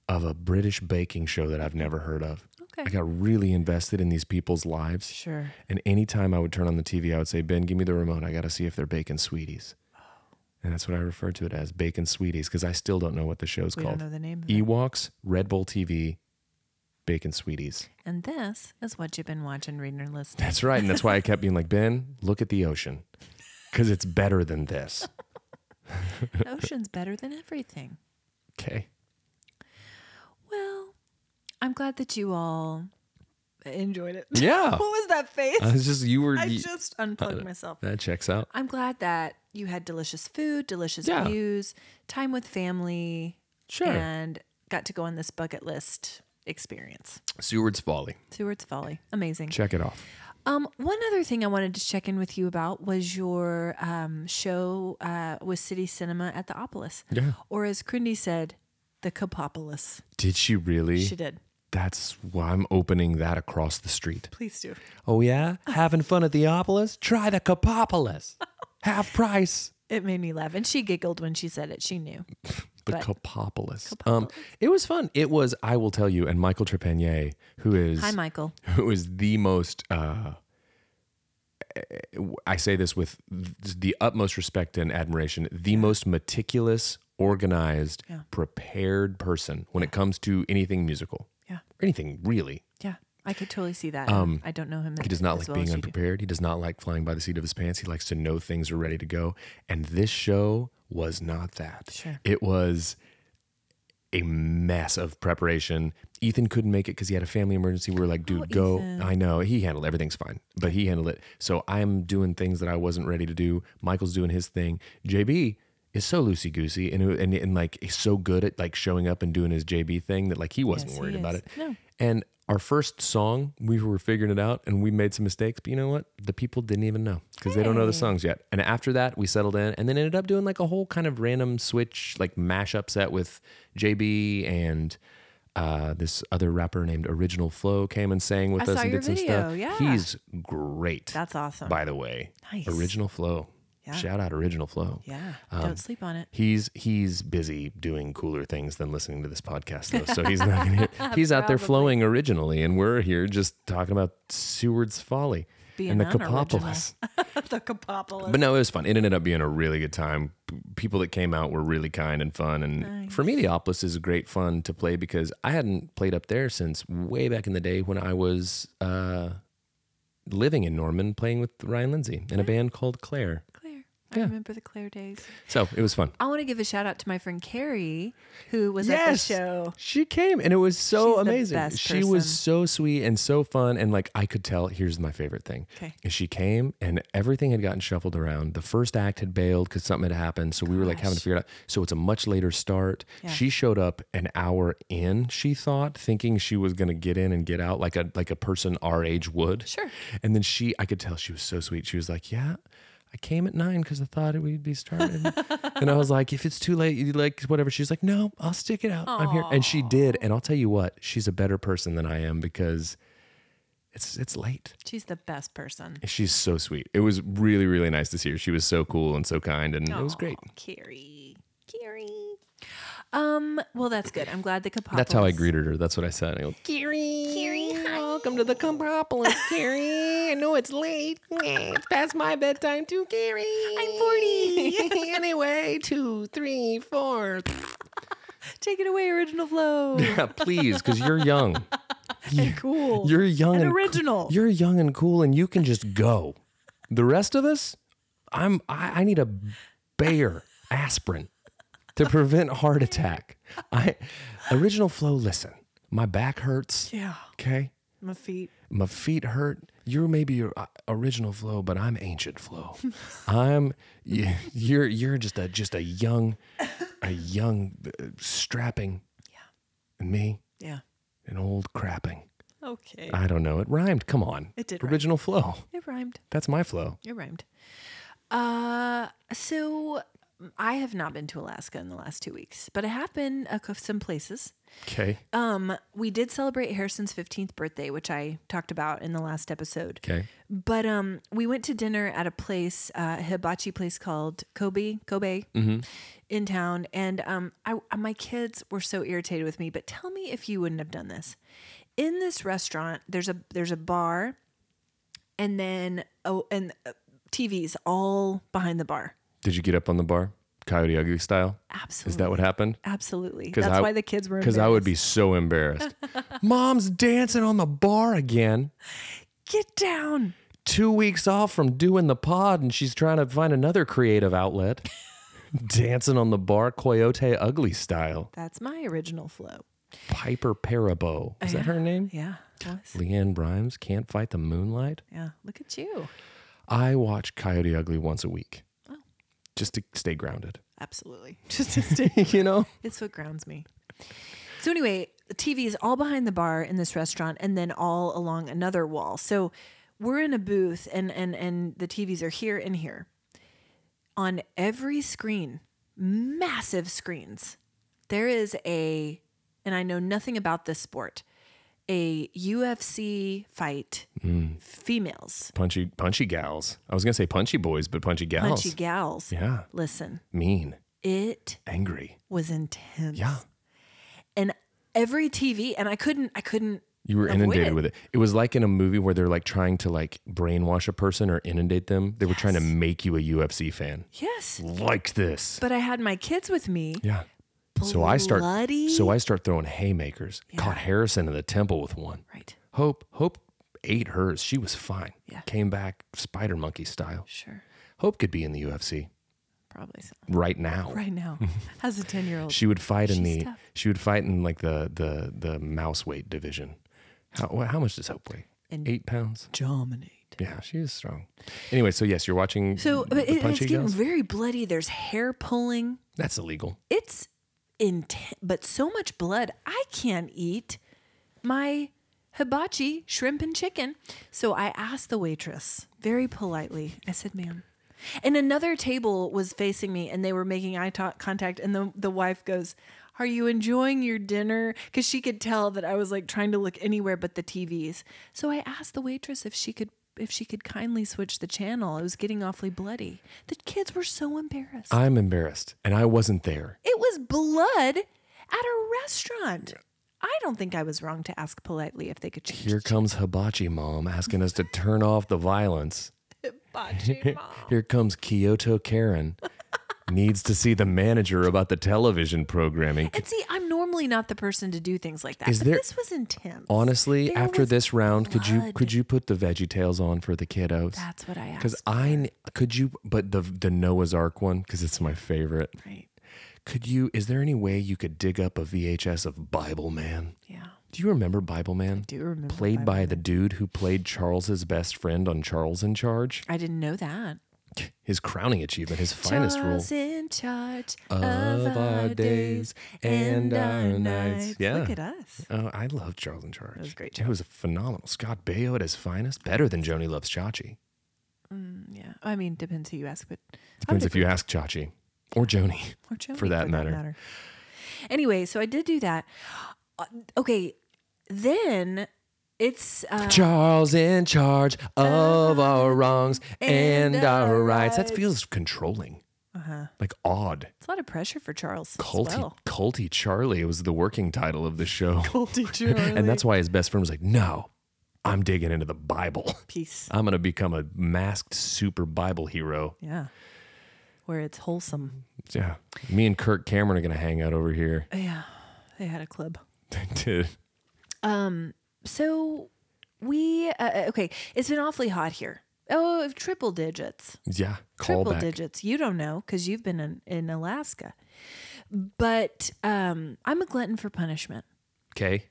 Speaker 1: of a British baking show that I've never heard of.
Speaker 2: Okay.
Speaker 1: I got really invested in these people's lives.
Speaker 2: sure.
Speaker 1: And anytime I would turn on the TV, I would say, Ben, give me the remote. I got to see if they're baking sweeties. And that's what I refer to it as bacon sweeties because I still don't know what the show's
Speaker 2: We
Speaker 1: called. E-
Speaker 2: don't know the name of it.
Speaker 1: Ewoks, Red Bull TV, Bacon Sweeties.
Speaker 2: And this is what you've been watching, reading, or listening.
Speaker 1: That's right. And that's why I kept being like, Ben, look at the ocean because it's better than this.
Speaker 2: Ocean's better than everything.
Speaker 1: Okay.
Speaker 2: Well, I'm glad that you all enjoyed it.
Speaker 1: Yeah.
Speaker 2: what was that face?
Speaker 1: I uh, was just, you were,
Speaker 2: I
Speaker 1: you-
Speaker 2: just unplugged myself.
Speaker 1: that checks out.
Speaker 2: I'm glad that you had delicious food, delicious
Speaker 1: Yeah.
Speaker 2: views, time with family,
Speaker 1: Sure.
Speaker 2: and got to go on this bucket list experience.
Speaker 1: Seward's Folly.
Speaker 2: Seward's Folly. Amazing.
Speaker 1: Check it off.
Speaker 2: Um, one other thing I wanted to check in with you about was your um, show uh, with City Cinema at the Opolis.
Speaker 1: Yeah.
Speaker 2: Or as Crindy said, the Capopolis.
Speaker 1: Did she really?
Speaker 2: She did.
Speaker 1: That's why I'm opening that across the street.
Speaker 2: Please do.
Speaker 1: Oh, yeah? Having fun at the Opolis? Try the Capopolis. Half price.
Speaker 2: It made me laugh. And she giggled when she said it. She knew.
Speaker 1: The Capopolis. Um, it was fun. It was, I will tell you, and Michael Trepanier, who is
Speaker 2: Hi, Michael.
Speaker 1: who is the most uh eh, I say this with the utmost respect and admiration, the most meticulous, organized, prepared person when it comes to anything musical.
Speaker 2: Yeah.
Speaker 1: Anything really.
Speaker 2: Yeah. I could totally see that. I don't know him.
Speaker 1: Um, He does not like being unprepared. He does not like flying by the seat of his pants. He likes to know things are ready to go. And this show was not that.
Speaker 2: Sure.
Speaker 1: It was a mess of preparation. Ethan couldn't make it because he had a family emergency. We were like,
Speaker 2: Oh,
Speaker 1: dude, go. I know. He handled everything's fine, but he handled it. So I'm doing things that I wasn't ready to do. Michael's doing his thing. JB is so loosey goosey and, and and like he's so good at like showing up and doing his JB thing that like he wasn't
Speaker 2: Yes, he
Speaker 1: worried about
Speaker 2: is.
Speaker 1: it.
Speaker 2: No.
Speaker 1: And our first song, we were figuring it out and we made some mistakes, but you know what? The people didn't even know because they don't know the songs yet. And after that, we settled in and then ended up doing like a whole kind of random switch, like mashup set with JB and uh, this other rapper named Original Flow came and sang with
Speaker 2: I
Speaker 1: us
Speaker 2: saw
Speaker 1: and
Speaker 2: your
Speaker 1: did some stuff.
Speaker 2: video, yeah.
Speaker 1: He's great,
Speaker 2: That's awesome.
Speaker 1: by the way.
Speaker 2: Nice.
Speaker 1: Original Flow.
Speaker 2: Yeah.
Speaker 1: Shout out Original Flow.
Speaker 2: Yeah.
Speaker 1: Um,
Speaker 2: don't sleep on it.
Speaker 1: He's he's busy doing cooler things than listening to this podcast though, so he's not gonna, he's out there flowing originally, and we're here just talking about Seward's Folly
Speaker 2: Being
Speaker 1: and the
Speaker 2: unoriginal.
Speaker 1: Capopolis.
Speaker 2: the Capopolis.
Speaker 1: But no, it was fun. It ended up being a really good time. P- People that came out were really kind and fun, and for me, the Opolis is great fun to play because I hadn't played up there since way back in the day when I was uh, living in Norman, playing with Ryan Lindsay in a band called Claire.
Speaker 2: Claire. I remember the Claire days.
Speaker 1: So it was fun.
Speaker 2: I want to give a shout out to my friend Carrie, who was
Speaker 1: yes.
Speaker 2: at the show.
Speaker 1: She came and it was so
Speaker 2: She's the
Speaker 1: amazing.
Speaker 2: best
Speaker 1: she was
Speaker 2: person.
Speaker 1: so sweet and so fun. And like I could tell, here's my favorite thing.
Speaker 2: Okay.
Speaker 1: Is she came and everything had gotten shuffled around. The first act had bailed because something had happened. So we were like having to figure it out. So it's a much later start. She showed up an hour in, she thought, thinking she was gonna get in and get out like a like a person our age would.
Speaker 2: Sure.
Speaker 1: And then she I could tell she was so sweet. She was like, Yeah. I came at nine because I thought it would be started. and I was like, if it's too late, you like whatever. She's like, no, I'll stick it out. I'm here. And she did. And I'll tell you what, she's a better person than I am because it's it's late.
Speaker 2: She's the best person.
Speaker 1: She's so sweet. It was really, really nice to see her. She was so cool and so kind and it was great.
Speaker 2: Aw, Carrie. Carrie. Um, well, that's good. I'm glad the Capopolis.
Speaker 1: That's how I greeted her. That's what I said. I go, Carrie, welcome to the Compropolis, Carrie. I know it's late. Eh, It's past my bedtime too, Carrie. I'm 40. anyway, two, three, four.
Speaker 2: Take it away, original flow.
Speaker 1: Yeah, please, because you're young. You're,
Speaker 2: cool.
Speaker 1: You're young
Speaker 2: And
Speaker 1: and, coo-
Speaker 2: original.
Speaker 1: You're young and cool, and you can just go. The rest of us, I'm. I, I need a Bayer aspirin to prevent heart attack. I original flow. Listen, my back hurts.
Speaker 2: yeah.
Speaker 1: Okay,
Speaker 2: My feet.
Speaker 1: my feet hurt. You're maybe your uh, original flow, but I'm ancient flow. I'm y- you're you're just a just a young, a young uh, strapping. Yeah. And me,
Speaker 2: Yeah.
Speaker 1: an old crapping.
Speaker 2: Okay.
Speaker 1: I don't know. It rhymed. Come on.
Speaker 2: It did rhyme.
Speaker 1: Original flow.
Speaker 2: it rhymed.
Speaker 1: That's my flow.
Speaker 2: It rhymed. Uh, so I have not been to Alaska in the last two weeks, but I have been a, cou- some places.
Speaker 1: Okay.
Speaker 2: Um, we did celebrate Harrison's 15th birthday, which I talked about in the last episode.
Speaker 1: Okay.
Speaker 2: But um, we went to dinner at a place, uh, hibachi place called Kobe, Kobe,
Speaker 1: Mm-hmm.
Speaker 2: in town, and um, I my kids were so irritated with me. But tell me if you wouldn't have done this. In this restaurant, there's a there's a bar, and then oh, and uh, TVs all behind the bar.
Speaker 1: Did you get up on the bar, Coyote Ugly style?
Speaker 2: Absolutely,
Speaker 1: Is that what happened?
Speaker 2: absolutely.
Speaker 1: 'Cause
Speaker 2: That's
Speaker 1: I-
Speaker 2: why the kids were
Speaker 1: Because I would be so embarrassed. Mom's dancing on the bar again.
Speaker 2: get down.
Speaker 1: Two weeks off from doing the pod, and she's trying to find another creative outlet. dancing on the bar, Coyote Ugly style.
Speaker 2: That's my original flow.
Speaker 1: Piper Parabo. Is that her name?
Speaker 2: Yeah, it was.
Speaker 1: Leanne Grimes can't fight the moonlight.
Speaker 2: yeah. Look at you.
Speaker 1: I watch Coyote Ugly once a week, just to stay grounded.
Speaker 2: Absolutely. Just to stay
Speaker 1: you know,
Speaker 2: It's what grounds me. So anyway, the TV is all behind the bar in this restaurant and then all along another wall. So we're in a booth and and and the TVs are here and here. On every screen, massive screens, there is a and I know nothing about this sport, a UFC fight,
Speaker 1: Mm.
Speaker 2: females,
Speaker 1: Punchy, punchy gals. I was gonna say punchy boys, but punchy gals.
Speaker 2: punchy gals.
Speaker 1: yeah,
Speaker 2: Listen,
Speaker 1: mean,
Speaker 2: it
Speaker 1: angry.
Speaker 2: was intense.
Speaker 1: Yeah,
Speaker 2: And every TV, and I couldn't, I couldn't.
Speaker 1: you were
Speaker 2: Avoid
Speaker 1: inundated
Speaker 2: it.
Speaker 1: with it. It was like in a movie where they're like trying to like brainwash a person or inundate them. They were trying to make you a UFC fan.
Speaker 2: Yes.
Speaker 1: Like this.
Speaker 2: But I had my kids with me.
Speaker 1: Yeah. So I start.
Speaker 2: Bloody.
Speaker 1: So I start throwing haymakers. Caught Harrison in the temple with one.
Speaker 2: Right.
Speaker 1: Hope. Hope ate hers. She was fine.
Speaker 2: Yeah.
Speaker 1: Came back spider monkey style.
Speaker 2: Sure.
Speaker 1: Hope could be in the UFC
Speaker 2: Probably so.
Speaker 1: right now.
Speaker 2: Right now, as a 10 year old.
Speaker 1: She would fight in
Speaker 2: She's
Speaker 1: the.
Speaker 2: tough.
Speaker 1: She would fight in like the the the mouse weight division. How wha- how much does Hope weigh?
Speaker 2: And-
Speaker 1: Eight pounds.
Speaker 2: Dominate.
Speaker 1: Yeah, she is strong. Anyway, so yes, you're watching.
Speaker 2: So
Speaker 1: the
Speaker 2: but it, it's
Speaker 1: punchy
Speaker 2: getting
Speaker 1: gals?
Speaker 2: very bloody. There's hair pulling.
Speaker 1: That's illegal.
Speaker 2: It's intense, but so much blood. I can't eat my hibachi shrimp and chicken. So I asked the waitress very politely. I said, "Ma'am." And another table was facing me, and they were making eye to- contact. And the the wife goes, "Are you enjoying your dinner?" Because she could tell that I was like trying to look anywhere but the TVs. So I asked the waitress if she could. If she could kindly switch the channel, it was getting awfully bloody. The kids were so embarrassed.
Speaker 1: I'm embarrassed, and I wasn't there.
Speaker 2: It was blood at a restaurant. I don't think I was wrong to ask politely if they could change.
Speaker 1: Here comes hibachi mom asking us to turn off the violence.
Speaker 2: Hibachi mom.
Speaker 1: Here comes Kyoto Karen. Needs to see the manager about the television programming.
Speaker 2: And see, I'm normally not the person to do things like that.
Speaker 1: Is
Speaker 2: but
Speaker 1: there-
Speaker 2: this was intense.
Speaker 1: Honestly,
Speaker 2: There
Speaker 1: after
Speaker 2: was
Speaker 1: this round, could you
Speaker 2: blood.
Speaker 1: could you put the Veggie Tales on for the kiddos?
Speaker 2: That's what I
Speaker 1: Because
Speaker 2: asked.
Speaker 1: I kn- could you, but the the Noah's Ark one because it's my favorite.
Speaker 2: Right.
Speaker 1: Could you? Is there any way you could dig up a VHS of Bible Man?
Speaker 2: Yeah.
Speaker 1: Do you remember Bible Man?
Speaker 2: Do you remember?
Speaker 1: Played
Speaker 2: Bible?
Speaker 1: by the dude who played Charles's best friend on Charles in Charge.
Speaker 2: I didn't know that.
Speaker 1: His crowning achievement, his finest role.
Speaker 2: Charles in charge
Speaker 1: Of our days and our nights. Yeah.
Speaker 2: Look at us.
Speaker 1: Oh, I love Charles in Charge. It
Speaker 2: was a great
Speaker 1: It was phenomenal. Scott Baio at his finest, better than Joni loves Chachi.
Speaker 2: Yeah. I mean, depends who you ask, but I would
Speaker 1: Depends if
Speaker 2: agree.
Speaker 1: you ask Chachi or Joni.
Speaker 2: Or Joni,
Speaker 1: for that matter.
Speaker 2: Anyway, so I did do that. Uh, Okay, then it's uh,
Speaker 1: Charles in charge of our wrongs
Speaker 2: Uh-huh. and
Speaker 1: and our
Speaker 2: our
Speaker 1: rights. That
Speaker 2: rights.
Speaker 1: feels controlling,
Speaker 2: uh-huh.
Speaker 1: like odd.
Speaker 2: it's a lot of pressure for Charles.
Speaker 1: Culty,
Speaker 2: As well.
Speaker 1: culty Charlie was the working title of the show.
Speaker 2: Culty Charlie.
Speaker 1: And that's why his best friend was like, no, I'm digging into the Bible.
Speaker 2: peace.
Speaker 1: I'm going to become a masked super Bible hero.
Speaker 2: Yeah, where it's wholesome.
Speaker 1: Yeah. Me and Kirk Cameron are going to hang out over here.
Speaker 2: Yeah, they had a club.
Speaker 1: Dude.
Speaker 2: So we uh, okay. It's been awfully hot here. Oh, triple digits.
Speaker 1: yeah. Call
Speaker 2: triple
Speaker 1: back.
Speaker 2: digits. You don't know because you've been in, in Alaska. But um, I'm a glutton for punishment.
Speaker 1: Okay.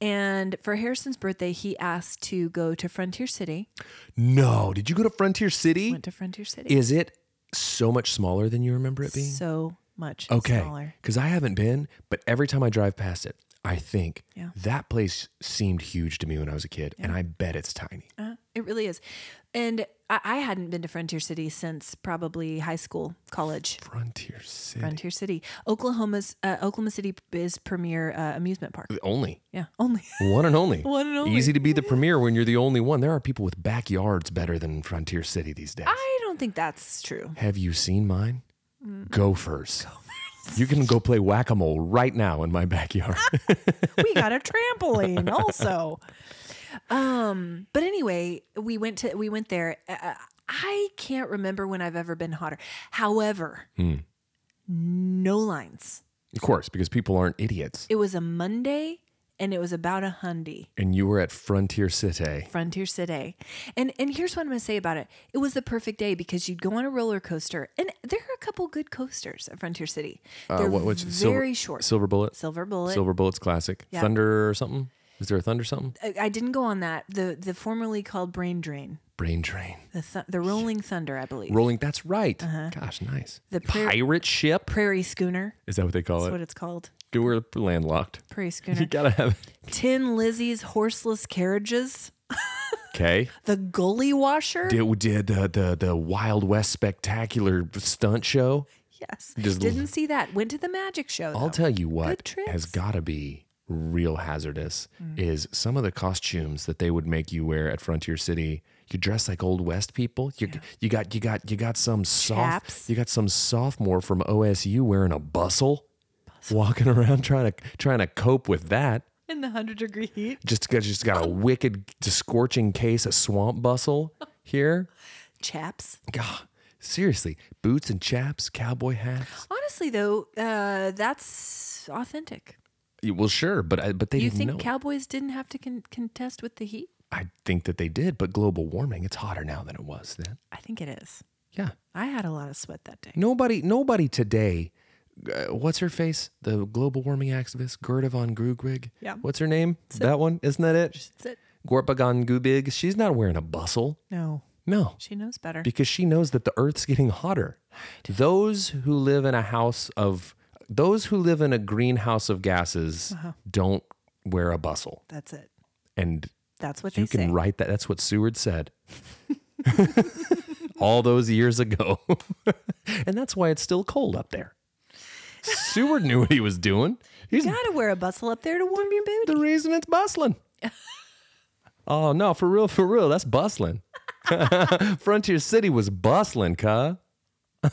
Speaker 2: And for Harrison's birthday, he asked to go to Frontier City.
Speaker 1: No. Did you go to Frontier City?
Speaker 2: Went to Frontier City.
Speaker 1: Is it so much smaller than you remember it being?
Speaker 2: so much
Speaker 1: Okay.
Speaker 2: smaller.
Speaker 1: Because I haven't been, but every time I drive past it, I think
Speaker 2: Yeah.
Speaker 1: that place seemed huge to me when I was a kid, and I bet it's tiny.
Speaker 2: Uh, it really is. And I, I hadn't been to Frontier City since probably high school, college.
Speaker 1: Frontier City.
Speaker 2: Frontier City, Oklahoma's uh, Oklahoma City is premier uh, amusement park.
Speaker 1: Only.
Speaker 2: Yeah, only
Speaker 1: One and only.
Speaker 2: One and only.
Speaker 1: Easy to be the premier when you're the only one. There are people with backyards better than Frontier City these days.
Speaker 2: I don't think that's true.
Speaker 1: Have you seen mine? Gophers. You can go play whack a mole right now in my backyard.
Speaker 2: we got a trampoline also. Um, but anyway, we went to we went there. Uh, I can't remember when I've ever been hotter. However,
Speaker 1: Hmm.
Speaker 2: no lines.
Speaker 1: of course, because people aren't idiots.
Speaker 2: It was a Monday, and it was about a hundy.
Speaker 1: And you were at Frontier City.
Speaker 2: Frontier City. And and here's what I'm going to say about it. It was the perfect day because you'd go on a roller coaster, and there are a couple good coasters at Frontier City. They're
Speaker 1: Uh, what- which- Silver-
Speaker 2: very short.
Speaker 1: Silver Bullet.
Speaker 2: Silver Bullet.
Speaker 1: Silver Bullet's classic. Thunder or something. Is there a thunder something?
Speaker 2: I, I didn't go on that. The the formerly called Brain Drain,
Speaker 1: Brain drain.
Speaker 2: the th- the Rolling Thunder, I believe,
Speaker 1: Rolling. That's right.
Speaker 2: Uh-huh.
Speaker 1: Gosh, nice.
Speaker 2: The pra-
Speaker 1: pirate ship.
Speaker 2: Prairie Schooner.
Speaker 1: Is that what they call
Speaker 2: That's
Speaker 1: it?
Speaker 2: what it's called.
Speaker 1: Dude, We're landlocked.
Speaker 2: Prairie
Speaker 1: You
Speaker 2: Schooner.
Speaker 1: gotta have.
Speaker 2: Tin Lizzie's horseless carriages.
Speaker 1: Okay.
Speaker 2: The gully washer.
Speaker 1: Did, we did the, the the Wild West spectacular stunt show?
Speaker 2: yes.
Speaker 1: Just-
Speaker 2: Didn't see that. Went to the magic show.
Speaker 1: I'll
Speaker 2: though.
Speaker 1: tell you what
Speaker 2: trips.
Speaker 1: has got to be real hazardous
Speaker 2: Mm.
Speaker 1: is some of the costumes that they would make you wear at Frontier City. You dress like old West people. You you got you got you got some soft
Speaker 2: Chaps.
Speaker 1: you got some sophomore from OSU wearing a bustle, walking around trying to trying to cope with that.
Speaker 2: In the hundred degree heat.
Speaker 1: Just got just
Speaker 2: Oh.
Speaker 1: got a wicked scorching case of swamp bustle here.
Speaker 2: Chaps.
Speaker 1: God, seriously, boots and chaps, cowboy hats.
Speaker 2: Honestly, though, uh, that's authentic.
Speaker 1: Yeah, Well, sure, but I, but they
Speaker 2: You
Speaker 1: didn't
Speaker 2: think
Speaker 1: know.
Speaker 2: cowboys didn't have to con- contest with the heat?
Speaker 1: I think that they did, but global warming, it's hotter now than it was then.
Speaker 2: I think it is.
Speaker 1: Yeah.
Speaker 2: I had a lot of sweat that day.
Speaker 1: Nobody nobody today uh, what's her face? The global warming activist, Gerda von Grugwig.
Speaker 2: Yeah.
Speaker 1: What's her name? that one? Isn't that it?
Speaker 2: That's it.
Speaker 1: Gorpa von Grugwig. She's not wearing a bustle.
Speaker 2: No,
Speaker 1: No.
Speaker 2: she knows better.
Speaker 1: Because she knows that the earth's getting hotter. Those who live in a house of those who live in a greenhouse of gases don't wear a bustle.
Speaker 2: That's it.
Speaker 1: And
Speaker 2: That's what
Speaker 1: You
Speaker 2: they
Speaker 1: can
Speaker 2: say.
Speaker 1: write that. That's what Seward said all those years ago. and that's why it's still cold up there. Seward knew what he was doing. He's
Speaker 2: Gotta wear a bustle up there to warm your booty.
Speaker 1: the reason it's bustling. oh, no, for real, for real. That's bustling. Frontier City was bustling, cuh.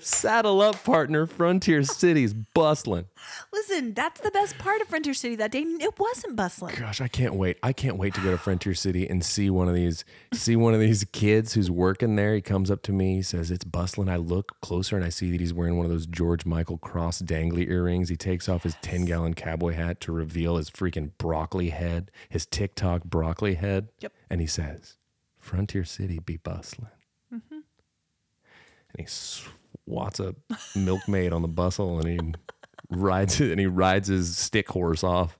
Speaker 1: Saddle up, partner. Frontier City's bustling.
Speaker 2: Listen, that's the best part of Frontier City that day. It wasn't bustling.
Speaker 1: Gosh, I can't wait. I can't wait to go to Frontier City and see one of these see one of these kids who's working there. He comes up to me, he says, It's bustling. I look closer and I see that he's wearing one of those George Michael cross dangly earrings. He takes off his 10 gallon cowboy hat to reveal his freaking broccoli head, his TikTok broccoli head.
Speaker 2: Yep.
Speaker 1: And he says, Frontier City be bustling. And he swats a milkmaid on the bustle and he rides it and he rides his stick horse off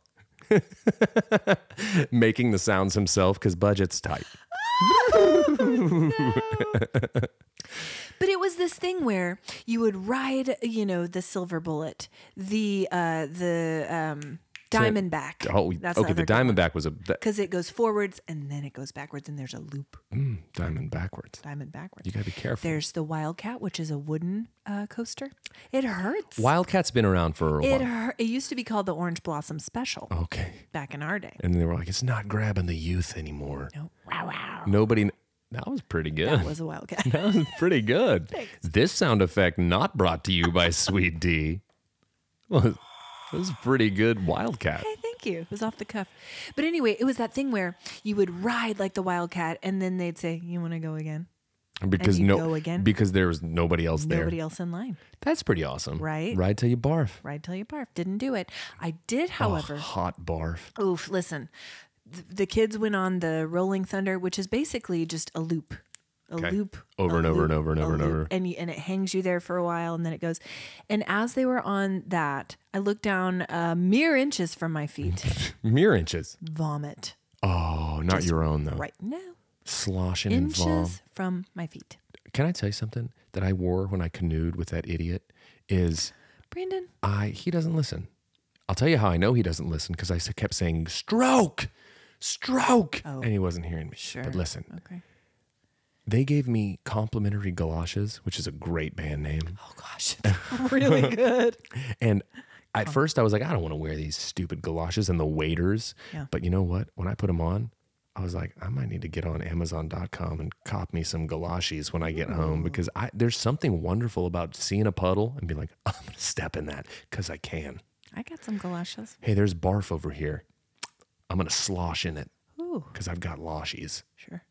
Speaker 1: making the sounds himself because budget's tight.
Speaker 2: But it was this thing where you would ride, you know, the silver bullet, the uh the um diamondback.
Speaker 1: Oh, okay. The Diamondback was a that,
Speaker 2: Because it goes forwards and then it goes backwards and there's a loop.
Speaker 1: mm, diamond backwards.
Speaker 2: Diamond backwards.
Speaker 1: You gotta be careful.
Speaker 2: There's the Wildcat, which is a wooden uh, coaster. It hurts.
Speaker 1: Wildcat's been around for a
Speaker 2: It
Speaker 1: while.
Speaker 2: hurt. It used to be called the Orange Blossom Special
Speaker 1: Okay,
Speaker 2: back in our day.
Speaker 1: and they were like, it's not grabbing the youth anymore.
Speaker 2: No, wow, wow.
Speaker 1: Nobody. That was pretty good.
Speaker 2: That was a Wildcat.
Speaker 1: That was pretty good. This sound effect not brought to you by Sweet D. Was was pretty good. Wildcat.
Speaker 2: Hey, thank you. It was off the cuff. But anyway, it was that thing where you would ride like the Wildcat, and then they'd say, You want to go again?
Speaker 1: Because
Speaker 2: you
Speaker 1: no,
Speaker 2: go again?
Speaker 1: because there was nobody else
Speaker 2: Nobody
Speaker 1: there.
Speaker 2: else in line.
Speaker 1: That's pretty awesome,
Speaker 2: Right?
Speaker 1: Ride till you barf.
Speaker 2: Ride till you barf. Didn't do it. I did,
Speaker 1: Oh,
Speaker 2: however.
Speaker 1: hot barf.
Speaker 2: Oof, listen. th- The kids went on the Rolling Thunder, which is basically just a loop. A
Speaker 1: Okay.
Speaker 2: loop
Speaker 1: Over
Speaker 2: a
Speaker 1: and over and
Speaker 2: loop,
Speaker 1: over and
Speaker 2: a
Speaker 1: over and
Speaker 2: loop,
Speaker 1: over.
Speaker 2: and you, and it hangs you there for a while, and then it goes. And as they were on that, I looked down uh, mere inches from my feet.
Speaker 1: Mere inches.
Speaker 2: Vomit
Speaker 1: Oh, not your own though.
Speaker 2: right now,
Speaker 1: Sloshing and vom.
Speaker 2: inches from my feet.
Speaker 1: Can I tell you something that I wore when I canoed with that idiot? Is
Speaker 2: Brandon,
Speaker 1: I he doesn't listen. I'll tell you how I know he doesn't listen because I s- kept saying stroke, stroke, and he wasn't hearing me.
Speaker 2: Oh. Sure.
Speaker 1: But listen,
Speaker 2: Okay.
Speaker 1: they gave me complimentary galoshes, which is a great band name.
Speaker 2: Oh gosh, it's really good.
Speaker 1: And at first, I was like, I don't want to wear these stupid galoshes and the waiters.
Speaker 2: Yeah.
Speaker 1: But you know what? When I put them on, I was like, I might need to get on Amazon.com and cop me some galoshes when I get home because I there's something wonderful about seeing a puddle and being like, I'm gonna step in that because I can.
Speaker 2: I got some galoshes.
Speaker 1: Hey, there's barf over here. I'm gonna slosh in it
Speaker 2: Ooh,
Speaker 1: because I've got loshies.
Speaker 2: sure.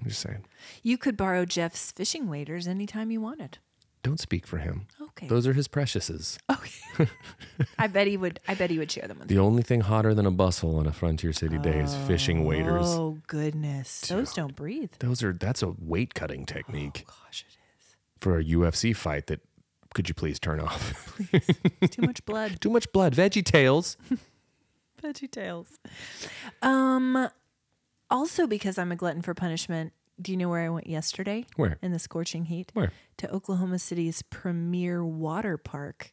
Speaker 1: I'm just saying.
Speaker 2: You could borrow Jeff's fishing waders anytime you wanted.
Speaker 1: Don't speak for him.
Speaker 2: Okay.
Speaker 1: Those are his preciouses.
Speaker 2: okay. I bet he would. I bet he would share them with.
Speaker 1: The only thing hotter than a bustle on a frontier city day is fishing waiters.
Speaker 2: Oh goodness, those don't breathe.
Speaker 1: Those are that's a weight cutting technique.
Speaker 2: Gosh, it Oh, is.
Speaker 1: for a UFC fight that could you please turn off?
Speaker 2: Too much blood.
Speaker 1: Too much blood. Veggie Tales.
Speaker 2: Veggie tales. Um, also because I'm a glutton for punishment. Do you know where I went yesterday?
Speaker 1: Where?
Speaker 2: In the scorching heat.
Speaker 1: Where?
Speaker 2: To Oklahoma City's premier water park,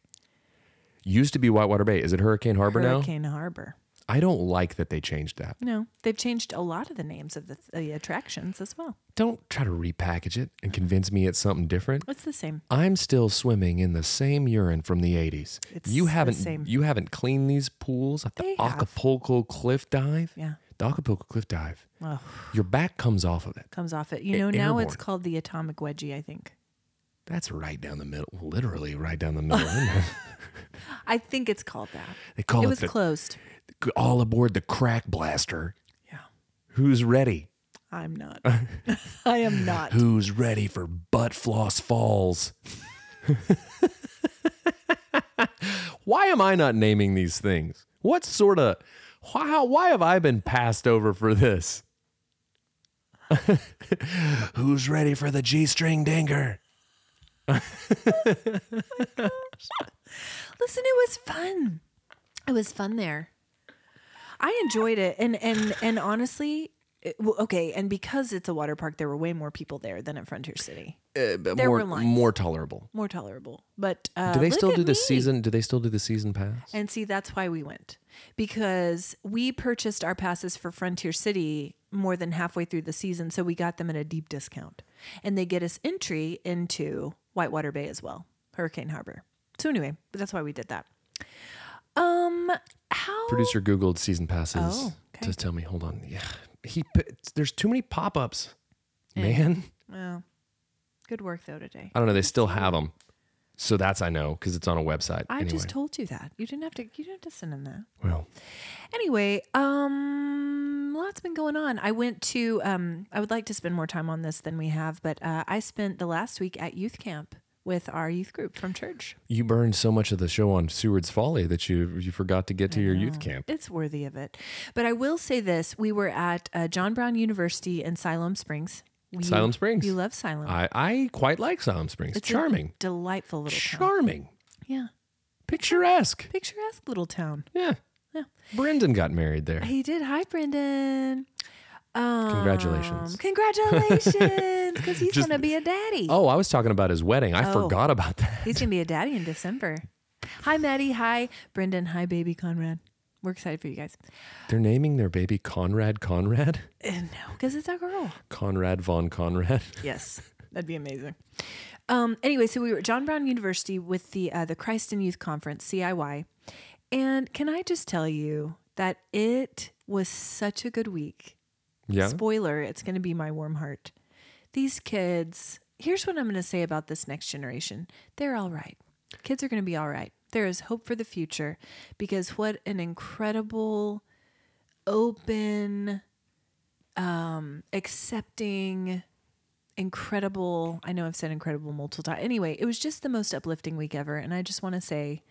Speaker 1: Used to be Whitewater Bay. Is it Hurricane Harbor now?
Speaker 2: Hurricane Harbor.
Speaker 1: I don't like that they changed that.
Speaker 2: No, they've changed a lot of the names of the, the attractions as well.
Speaker 1: Don't try to repackage it and convince me it's something different.
Speaker 2: It's the same.
Speaker 1: I'm still swimming in the same urine from the 80s.
Speaker 2: It's
Speaker 1: you
Speaker 2: the
Speaker 1: haven't
Speaker 2: same.
Speaker 1: you haven't cleaned these pools at the
Speaker 2: They have.
Speaker 1: Acapulco cliff dive.
Speaker 2: Yeah.
Speaker 1: The Acapulco cliff dive.
Speaker 2: Oh,
Speaker 1: Your back comes off of it.
Speaker 2: comes off it. You
Speaker 1: A-
Speaker 2: know, now it's
Speaker 1: airborne.
Speaker 2: called the atomic wedgie, I think.
Speaker 1: That's right down the middle, literally right down the middle. isn't it?
Speaker 2: I think it's called that.
Speaker 1: they call
Speaker 2: it
Speaker 1: it,
Speaker 2: was
Speaker 1: the,
Speaker 2: closed.
Speaker 1: all aboard the crack blaster.
Speaker 2: Yeah.
Speaker 1: Who's ready?
Speaker 2: I'm not. I am not.
Speaker 1: Who's ready for butt floss falls? why am I not naming these things? What sort of why why have I been passed over for this? Who's ready for the G string dinger?
Speaker 2: Listen, it was fun. It was fun there. I enjoyed it, and and and honestly, it, well, okay. And because it's a water park, there were way more people there than at Frontier City.
Speaker 1: Uh, but
Speaker 2: There
Speaker 1: more
Speaker 2: were lines.
Speaker 1: more tolerable.
Speaker 2: More tolerable, but uh,
Speaker 1: Do they
Speaker 2: look
Speaker 1: still
Speaker 2: at
Speaker 1: do the
Speaker 2: me.
Speaker 1: season? Do they still do the season pass?
Speaker 2: And see, that's why we went because we purchased our passes for Frontier City more than halfway through the season, so we got them at a deep discount, and they get us entry into Whitewater Bay as well, Hurricane Harbor. So anyway, that's why we did that. Um, how
Speaker 1: Producer googled season passes
Speaker 2: Oh, okay.
Speaker 1: to tell me. Hold on. Yeah, he. put- There's too many pop ups,
Speaker 2: Eh.
Speaker 1: man.
Speaker 2: Well, good work though today.
Speaker 1: I don't know. They still have them, so that's I know because it's on a website.
Speaker 2: I
Speaker 1: anyway.
Speaker 2: just told you that. You didn't have to. You didn't have to send him that.
Speaker 1: well,
Speaker 2: Anyway, um, lots been going on. I went to. Um, I would like to spend more time on this than we have, but uh, I spent the last week at youth camp with our youth group from church.
Speaker 1: you burned so much of the show on Seward's Folly that you you forgot to get to your youth camp.
Speaker 2: It's worthy of it. But I will say this: we were at uh, John Brown University in Siloam Springs. You-
Speaker 1: Siloam Springs.
Speaker 2: You love Siloam.
Speaker 1: I I quite like Siloam Springs.
Speaker 2: It's a
Speaker 1: charming,
Speaker 2: delightful little town.
Speaker 1: charming,
Speaker 2: Yeah,
Speaker 1: picturesque.
Speaker 2: picturesque little town.
Speaker 1: Yeah.
Speaker 2: Yeah.
Speaker 1: Brendan got married there.
Speaker 2: He did. Hi, Brendan. Um,
Speaker 1: Congratulations.
Speaker 2: Congratulations, because he's
Speaker 1: Just-
Speaker 2: gonna be a daddy.
Speaker 1: Oh, I was talking about his wedding. I
Speaker 2: Oh.
Speaker 1: forgot about that.
Speaker 2: He's gonna be a daddy in December. Hi, Maddie. Hi, Brendan. Hi, baby Conrad. We're excited for you guys.
Speaker 1: They're naming their baby Conrad Conrad.
Speaker 2: Uh, no, because it's a girl.
Speaker 1: Conrad von Conrad.
Speaker 2: Yes, that'd be amazing. Um, anyway, so we were at John Brown University with the uh, the Christ and Youth Conference (CIY), and can I just tell you that it was such a good week.
Speaker 1: Yeah.
Speaker 2: Spoiler, it's going to be my warm heart. These kids, here's what I'm going to say about this next generation they're all right. Kids are going to be all right. There is hope for the future because what an incredible, open, um, accepting, incredible. I know I've said incredible multiple times. Anyway, it was just the most uplifting week ever. And I just want to say,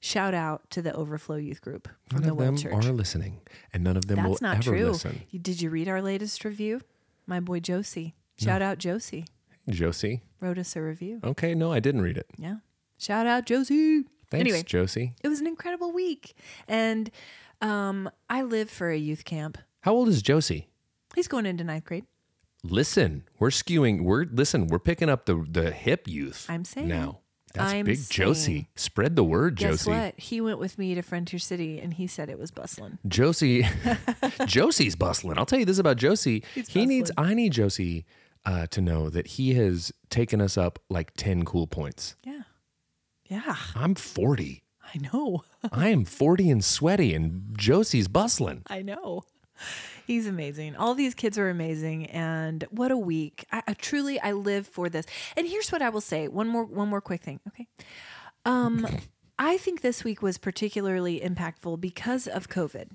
Speaker 2: shout out to the Overflow Youth Group
Speaker 1: None
Speaker 2: from the
Speaker 1: of them
Speaker 2: World Church.
Speaker 1: are listening, and none of them
Speaker 2: That's
Speaker 1: will
Speaker 2: not
Speaker 1: ever
Speaker 2: true.
Speaker 1: listen.
Speaker 2: You- Did you read our latest review? My boy Josie. Shout out Josie.
Speaker 1: Josie.
Speaker 2: Wrote us a review.
Speaker 1: Okay, no, I didn't read it.
Speaker 2: Yeah. Shout out Josie.
Speaker 1: Thanks,
Speaker 2: anyway,
Speaker 1: Josie.
Speaker 2: it was an incredible week. And um, I live for a youth camp.
Speaker 1: How old is Josie?
Speaker 2: He's going into ninth grade.
Speaker 1: Listen, we're skewing. We're listen. We're picking up the the hip youth.
Speaker 2: I'm saying.
Speaker 1: now. That's
Speaker 2: I'm
Speaker 1: big,
Speaker 2: saying.
Speaker 1: Josie. Spread the word,
Speaker 2: Guess
Speaker 1: Josie.
Speaker 2: what? He went with me to Frontier City and he said it was bustling.
Speaker 1: Josie. Josie's bustling. I'll tell you this about Josie. he needs. I need Josie uh, to know that he has taken us up like ten cool points.
Speaker 2: Yeah. Yeah.
Speaker 1: I'm 40.
Speaker 2: I know.
Speaker 1: I am 40 and sweaty, and Josie's bustling.
Speaker 2: I know. He's amazing. All these kids are amazing, and what a week! I, I truly, I live for this. And here's what I will say: one more, one more quick thing. Okay, um, I think this week was particularly impactful because of COVID,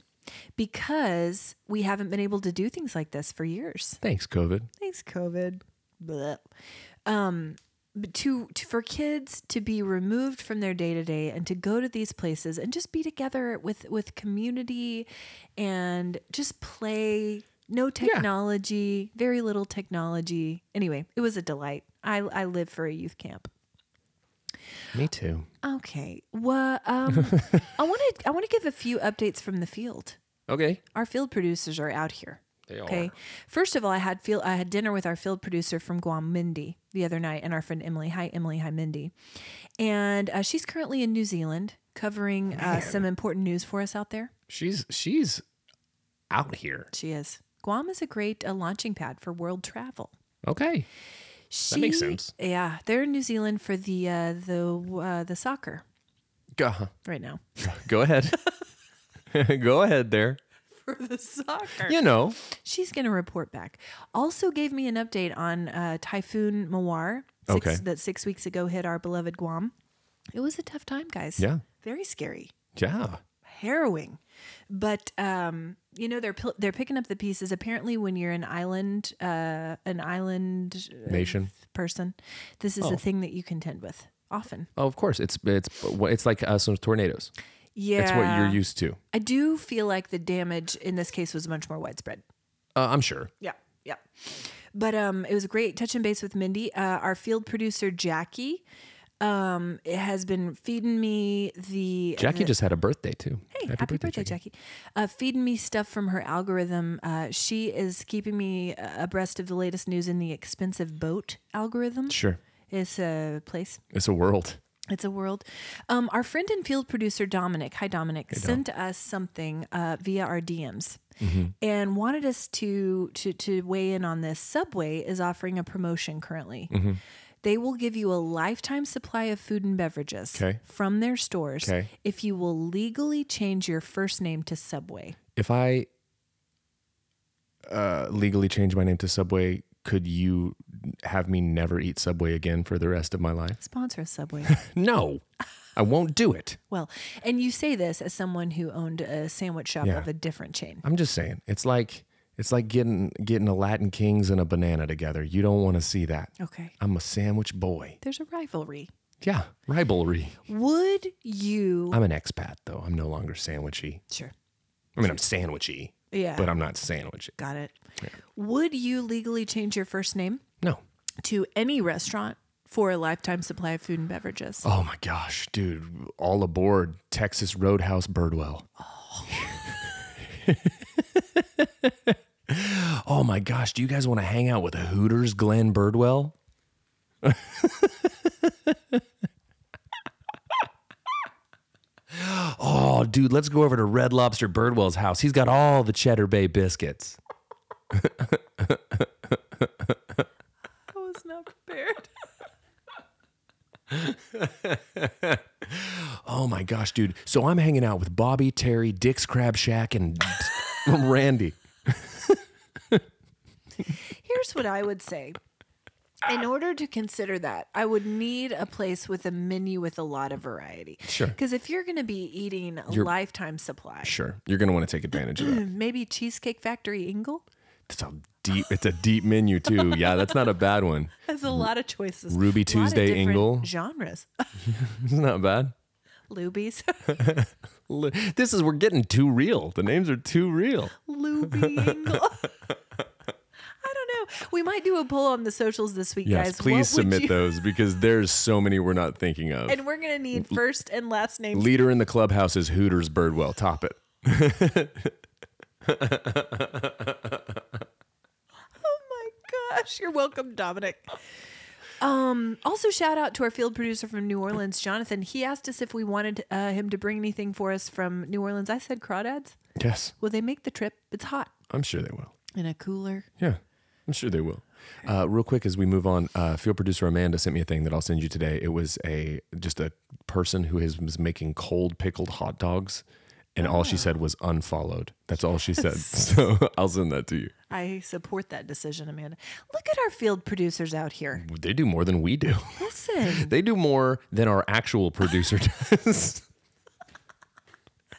Speaker 2: because we haven't been able to do things like this for years.
Speaker 1: Thanks, COVID.
Speaker 2: Thanks, COVID. Blech. Um, but to, to for kids to be removed from their day to day and to go to these places and just be together with with community and just play. No technology, very little technology. Anyway, it was a delight. I I live for a youth camp.
Speaker 1: Me too.
Speaker 2: Okay. Well, um, I want to I want to give a few updates from the field.
Speaker 1: Okay.
Speaker 2: Our field producers are out here.
Speaker 1: They
Speaker 2: Okay. First of all, I had field I had dinner with our field producer from Guam, Mindy, the other night, and our friend Emily. Hi, Emily. Hi, Mindy. And uh, she's currently in New Zealand covering uh, some important news for us out there.
Speaker 1: She's she's out here.
Speaker 2: She is. Guam is a great uh, launching pad for world travel.
Speaker 1: Okay.
Speaker 2: She,
Speaker 1: That makes sense.
Speaker 2: Yeah, they're in New Zealand for the uh, the uh, the soccer
Speaker 1: Go,
Speaker 2: right now.
Speaker 1: go ahead. go ahead there.
Speaker 2: For the soccer.
Speaker 1: You know.
Speaker 2: She's going to report back. Also, gave me an update on uh, Typhoon Mawar six,
Speaker 1: Okay.
Speaker 2: that six weeks ago hit our beloved Guam. It was a tough time, guys.
Speaker 1: Yeah.
Speaker 2: Very scary,
Speaker 1: Yeah.
Speaker 2: harrowing. But, um, you know, they're, pil- they're picking up the pieces. Apparently, when you're an island, uh, an island uh,
Speaker 1: Nation.
Speaker 2: person, this is a thing that you contend with often.
Speaker 1: Oh, of course. It's it's it's like us with tornadoes.
Speaker 2: Yeah.
Speaker 1: It's what you're used to.
Speaker 2: I do feel like the damage in this case was much more widespread.
Speaker 1: Uh, I'm sure.
Speaker 2: Yeah, yeah. But um, it was great touching base with Mindy. Uh, our field producer Jackie um, has been feeding me the
Speaker 1: Jackie just had a birthday too.
Speaker 2: Hey, happy, birthday, Jackie! Uh, feeding me stuff from her algorithm. Uh, she is keeping me uh, abreast of the latest news in the expensive boat algorithm.
Speaker 1: Sure.
Speaker 2: It's a place.
Speaker 1: It's a world.
Speaker 2: It's a world. Um, our friend and field producer Dominic, hi Dominic, sent us something uh, via our DMs
Speaker 1: Mm-hmm.
Speaker 2: and wanted us to to to weigh in on this. Subway is offering a promotion currently.
Speaker 1: Mm-hmm.
Speaker 2: They will give you a lifetime supply of food and beverages
Speaker 1: Okay.
Speaker 2: from their stores
Speaker 1: Okay.
Speaker 2: if you will legally change your first name to Subway.
Speaker 1: If I uh, legally change my name to Subway, could you have me never eat Subway again for the rest of my life?
Speaker 2: Sponsor us, Subway.
Speaker 1: No, I won't do it.
Speaker 2: well, and you say this as someone who owned a sandwich shop
Speaker 1: Yeah.
Speaker 2: of a different chain.
Speaker 1: I'm just saying. It's like it's like getting getting a Latin Kings and a banana together. You don't want to see that.
Speaker 2: Okay.
Speaker 1: I'm a sandwich boy.
Speaker 2: There's a rivalry.
Speaker 1: Yeah, rivalry.
Speaker 2: Would you
Speaker 1: I'm an expat though. I'm no longer sandwichy.
Speaker 2: Sure.
Speaker 1: I mean, I'm sandwichy,
Speaker 2: Yeah.
Speaker 1: but I'm not sandwichy.
Speaker 2: Got it. Would you legally change your first name
Speaker 1: No.
Speaker 2: to any restaurant for a lifetime supply of food and beverages?
Speaker 1: Oh my gosh, dude! All aboard Texas Roadhouse Birdwell. Oh. my gosh, do you guys want to hang out with Hooters Glenn Birdwell? oh, dude, let's go over to Red Lobster Birdwell's house. He's got all the Cheddar Bay biscuits.
Speaker 2: I was not prepared.
Speaker 1: Oh my gosh, dude. So I'm hanging out with Bobby, Terry, Dick's Crab Shack, and Randy.
Speaker 2: Here's what I would say. In order to consider that, I would need a place with a menu with a lot of variety.
Speaker 1: Sure.
Speaker 2: Because if you're going to be eating a lifetime supply,
Speaker 1: Sure, you're gonna want to take advantage of that.
Speaker 2: maybe Cheesecake Factory Ingle
Speaker 1: It's a deep. It's a deep menu too. Yeah, that's not a bad one.
Speaker 2: has a lot of choices.
Speaker 1: Ruby
Speaker 2: Lot of
Speaker 1: Tuesday
Speaker 2: different
Speaker 1: Ingle.
Speaker 2: Genres.
Speaker 1: It's not bad.
Speaker 2: Lubies.
Speaker 1: L- This is we're getting too real. The names are too real.
Speaker 2: Luby Engel. I don't know. We might do a poll on the socials this week,
Speaker 1: Yes,
Speaker 2: guys. What
Speaker 1: please
Speaker 2: would
Speaker 1: submit
Speaker 2: you-
Speaker 1: those because there's so many we're not thinking of.
Speaker 2: And we're gonna need first and last names.
Speaker 1: Leader in the clubhouse is Hooters Birdwell. Top it.
Speaker 2: Oh my gosh! You're welcome, Dominic. Um, also, shout out to our field producer from New Orleans, Jonathan. He asked us if we wanted uh, him to bring anything for us from New Orleans. I said crawdads.
Speaker 1: Yes,
Speaker 2: Will they make the trip? It's hot
Speaker 1: I'm sure they will.
Speaker 2: in a cooler.
Speaker 1: Yeah, I'm sure they will. Uh, real quick, as we move on, uh, field producer Amanda sent me a thing that I'll send you today. It was a just a person who is was making cold pickled hot dogs, and all
Speaker 2: Ah.
Speaker 1: she said was unfollowed. That's all she said. So I'll send that to you.
Speaker 2: I support that decision, Amanda. Look at our field producers out here.
Speaker 1: They do more than we do.
Speaker 2: Listen.
Speaker 1: They do more than our actual producer does.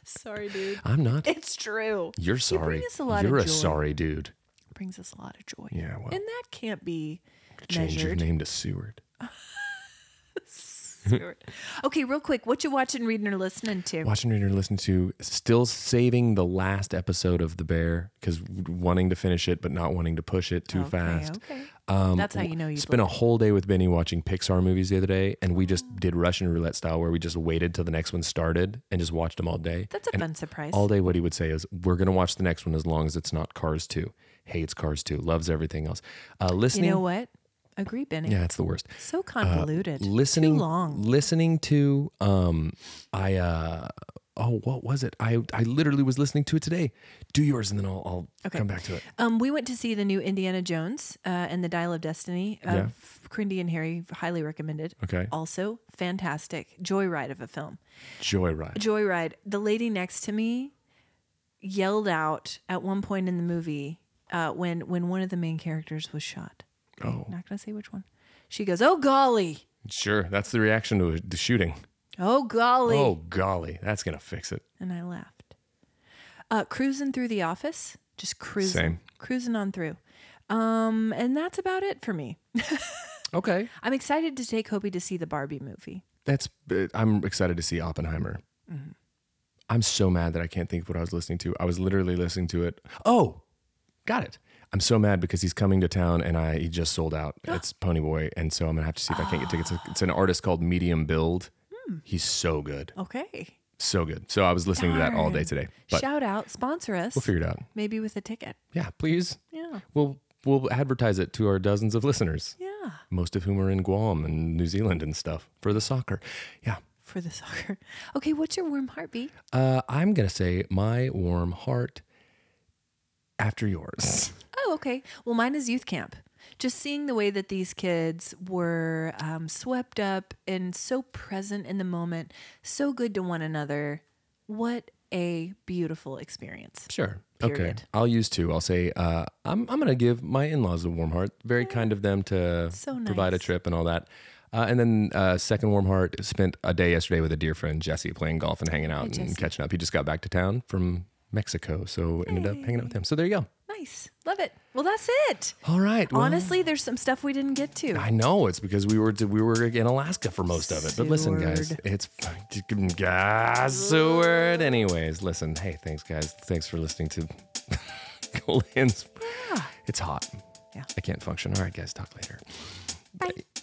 Speaker 2: Sorry, dude.
Speaker 1: I'm not.
Speaker 2: It's true.
Speaker 1: You're sorry.
Speaker 2: bring us a lot of
Speaker 1: You're a
Speaker 2: joy.
Speaker 1: sorry dude.
Speaker 2: brings us a lot of joy.
Speaker 1: Yeah, well,
Speaker 2: And that can't be
Speaker 1: change your
Speaker 2: measured.
Speaker 1: name to Seward.
Speaker 2: Stewart. Okay, real quick, what you watching, reading, or listening to?
Speaker 1: Watching, reading, or listening to. Still saving the last episode of The Bear because wanting to finish it, but not wanting to push it too
Speaker 2: okay,
Speaker 1: fast.
Speaker 2: Okay.
Speaker 1: Um,
Speaker 2: That's how you know you've
Speaker 1: Spent a whole day with Benny watching Pixar movies the other day, and we just did Russian roulette style, where we just waited till the next one started and just watched them all day.
Speaker 2: That's a
Speaker 1: and
Speaker 2: fun surprise.
Speaker 1: all day what he would say is we're going to watch the next one as long as it's not cars 2 hates cars 2 loves everything else uh,
Speaker 2: you
Speaker 1: listening
Speaker 2: know what? Agree, Benny.
Speaker 1: yeah it's the worst
Speaker 2: So convoluted.
Speaker 1: listening
Speaker 2: Too long.
Speaker 1: listening to um i uh oh what was it i i literally was listening to it today do yours and then i'll, I'll
Speaker 2: Okay.
Speaker 1: come back to it
Speaker 2: Um, we went to see the new Indiana Jones uh, and the Dial of Destiny. Uh,
Speaker 1: Yeah.
Speaker 2: Crindy and Harry highly recommended.
Speaker 1: okay
Speaker 2: Also, fantastic joyride of a film.
Speaker 1: joyride
Speaker 2: Joyride. The lady next to me yelled out at one point in the movie uh, when when one of the main characters was shot.
Speaker 1: oh
Speaker 2: Not gonna say which one. She goes, "Oh golly,
Speaker 1: sure that's the reaction to the shooting
Speaker 2: oh golly,"
Speaker 1: oh golly that's gonna fix it
Speaker 2: and I laughed. Uh, cruising through the office, just cruising,
Speaker 1: Same.
Speaker 2: cruising on through. Um, and that's about it for me.
Speaker 1: okay
Speaker 2: I'm excited to take Hobie to see the Barbie movie.
Speaker 1: that's uh, i'm excited to see oppenheimer
Speaker 2: Mm-hmm.
Speaker 1: i'm so mad that i can't think of what i was listening to i was literally listening to it oh got it i'm so mad because he's coming to town and i he just sold out it's ponyboy and so i'm gonna have to see if i can't get tickets it's, an artist called medium build
Speaker 2: Hmm.
Speaker 1: he's so good
Speaker 2: Okay.
Speaker 1: so good so i was listening to that all day
Speaker 2: Darn.
Speaker 1: today but
Speaker 2: Shout out, sponsor us,
Speaker 1: we'll figure it out
Speaker 2: maybe with a ticket.
Speaker 1: yeah please
Speaker 2: Yeah.
Speaker 1: we'll we'll advertise it to our dozens of listeners
Speaker 2: Yeah.
Speaker 1: most of whom are in guam and new zealand and stuff for the soccer yeah
Speaker 2: For the soccer. Okay, what's your warm heartbeat?
Speaker 1: Uh, I'm gonna say my warm heart after yours.
Speaker 2: Oh, okay. Well, mine is youth camp. Just seeing the way that these kids were um, swept up and so present in the moment, so good to one another. What a beautiful experience.
Speaker 1: Sure. Okay.
Speaker 2: Period.
Speaker 1: I'll use two. I'll say uh, I'm. I'm gonna give my in-laws a warm heart. Very kind of them to
Speaker 2: Mm. So
Speaker 1: provide a
Speaker 2: nice.
Speaker 1: trip and all that. Uh, and then uh, second warm heart spent a day yesterday with a dear friend Jesse playing golf and hanging out and
Speaker 2: Jesse.
Speaker 1: catching up. He just got back to town from Mexico, so ended up hanging out with him. So there you go.
Speaker 2: Nice. Love it. Well, that's it.
Speaker 1: All right. well,
Speaker 2: Honestly, there's some stuff we didn't get to.
Speaker 1: I know it's because we were we were in Alaska for most of it. But listen, guys, it's guys Seward. Anyways, listen. Hey, thanks, guys. Thanks for listening to Golan's. It's hot.
Speaker 2: Yeah.
Speaker 1: I can't function. All right, guys. Talk later.
Speaker 2: Bye.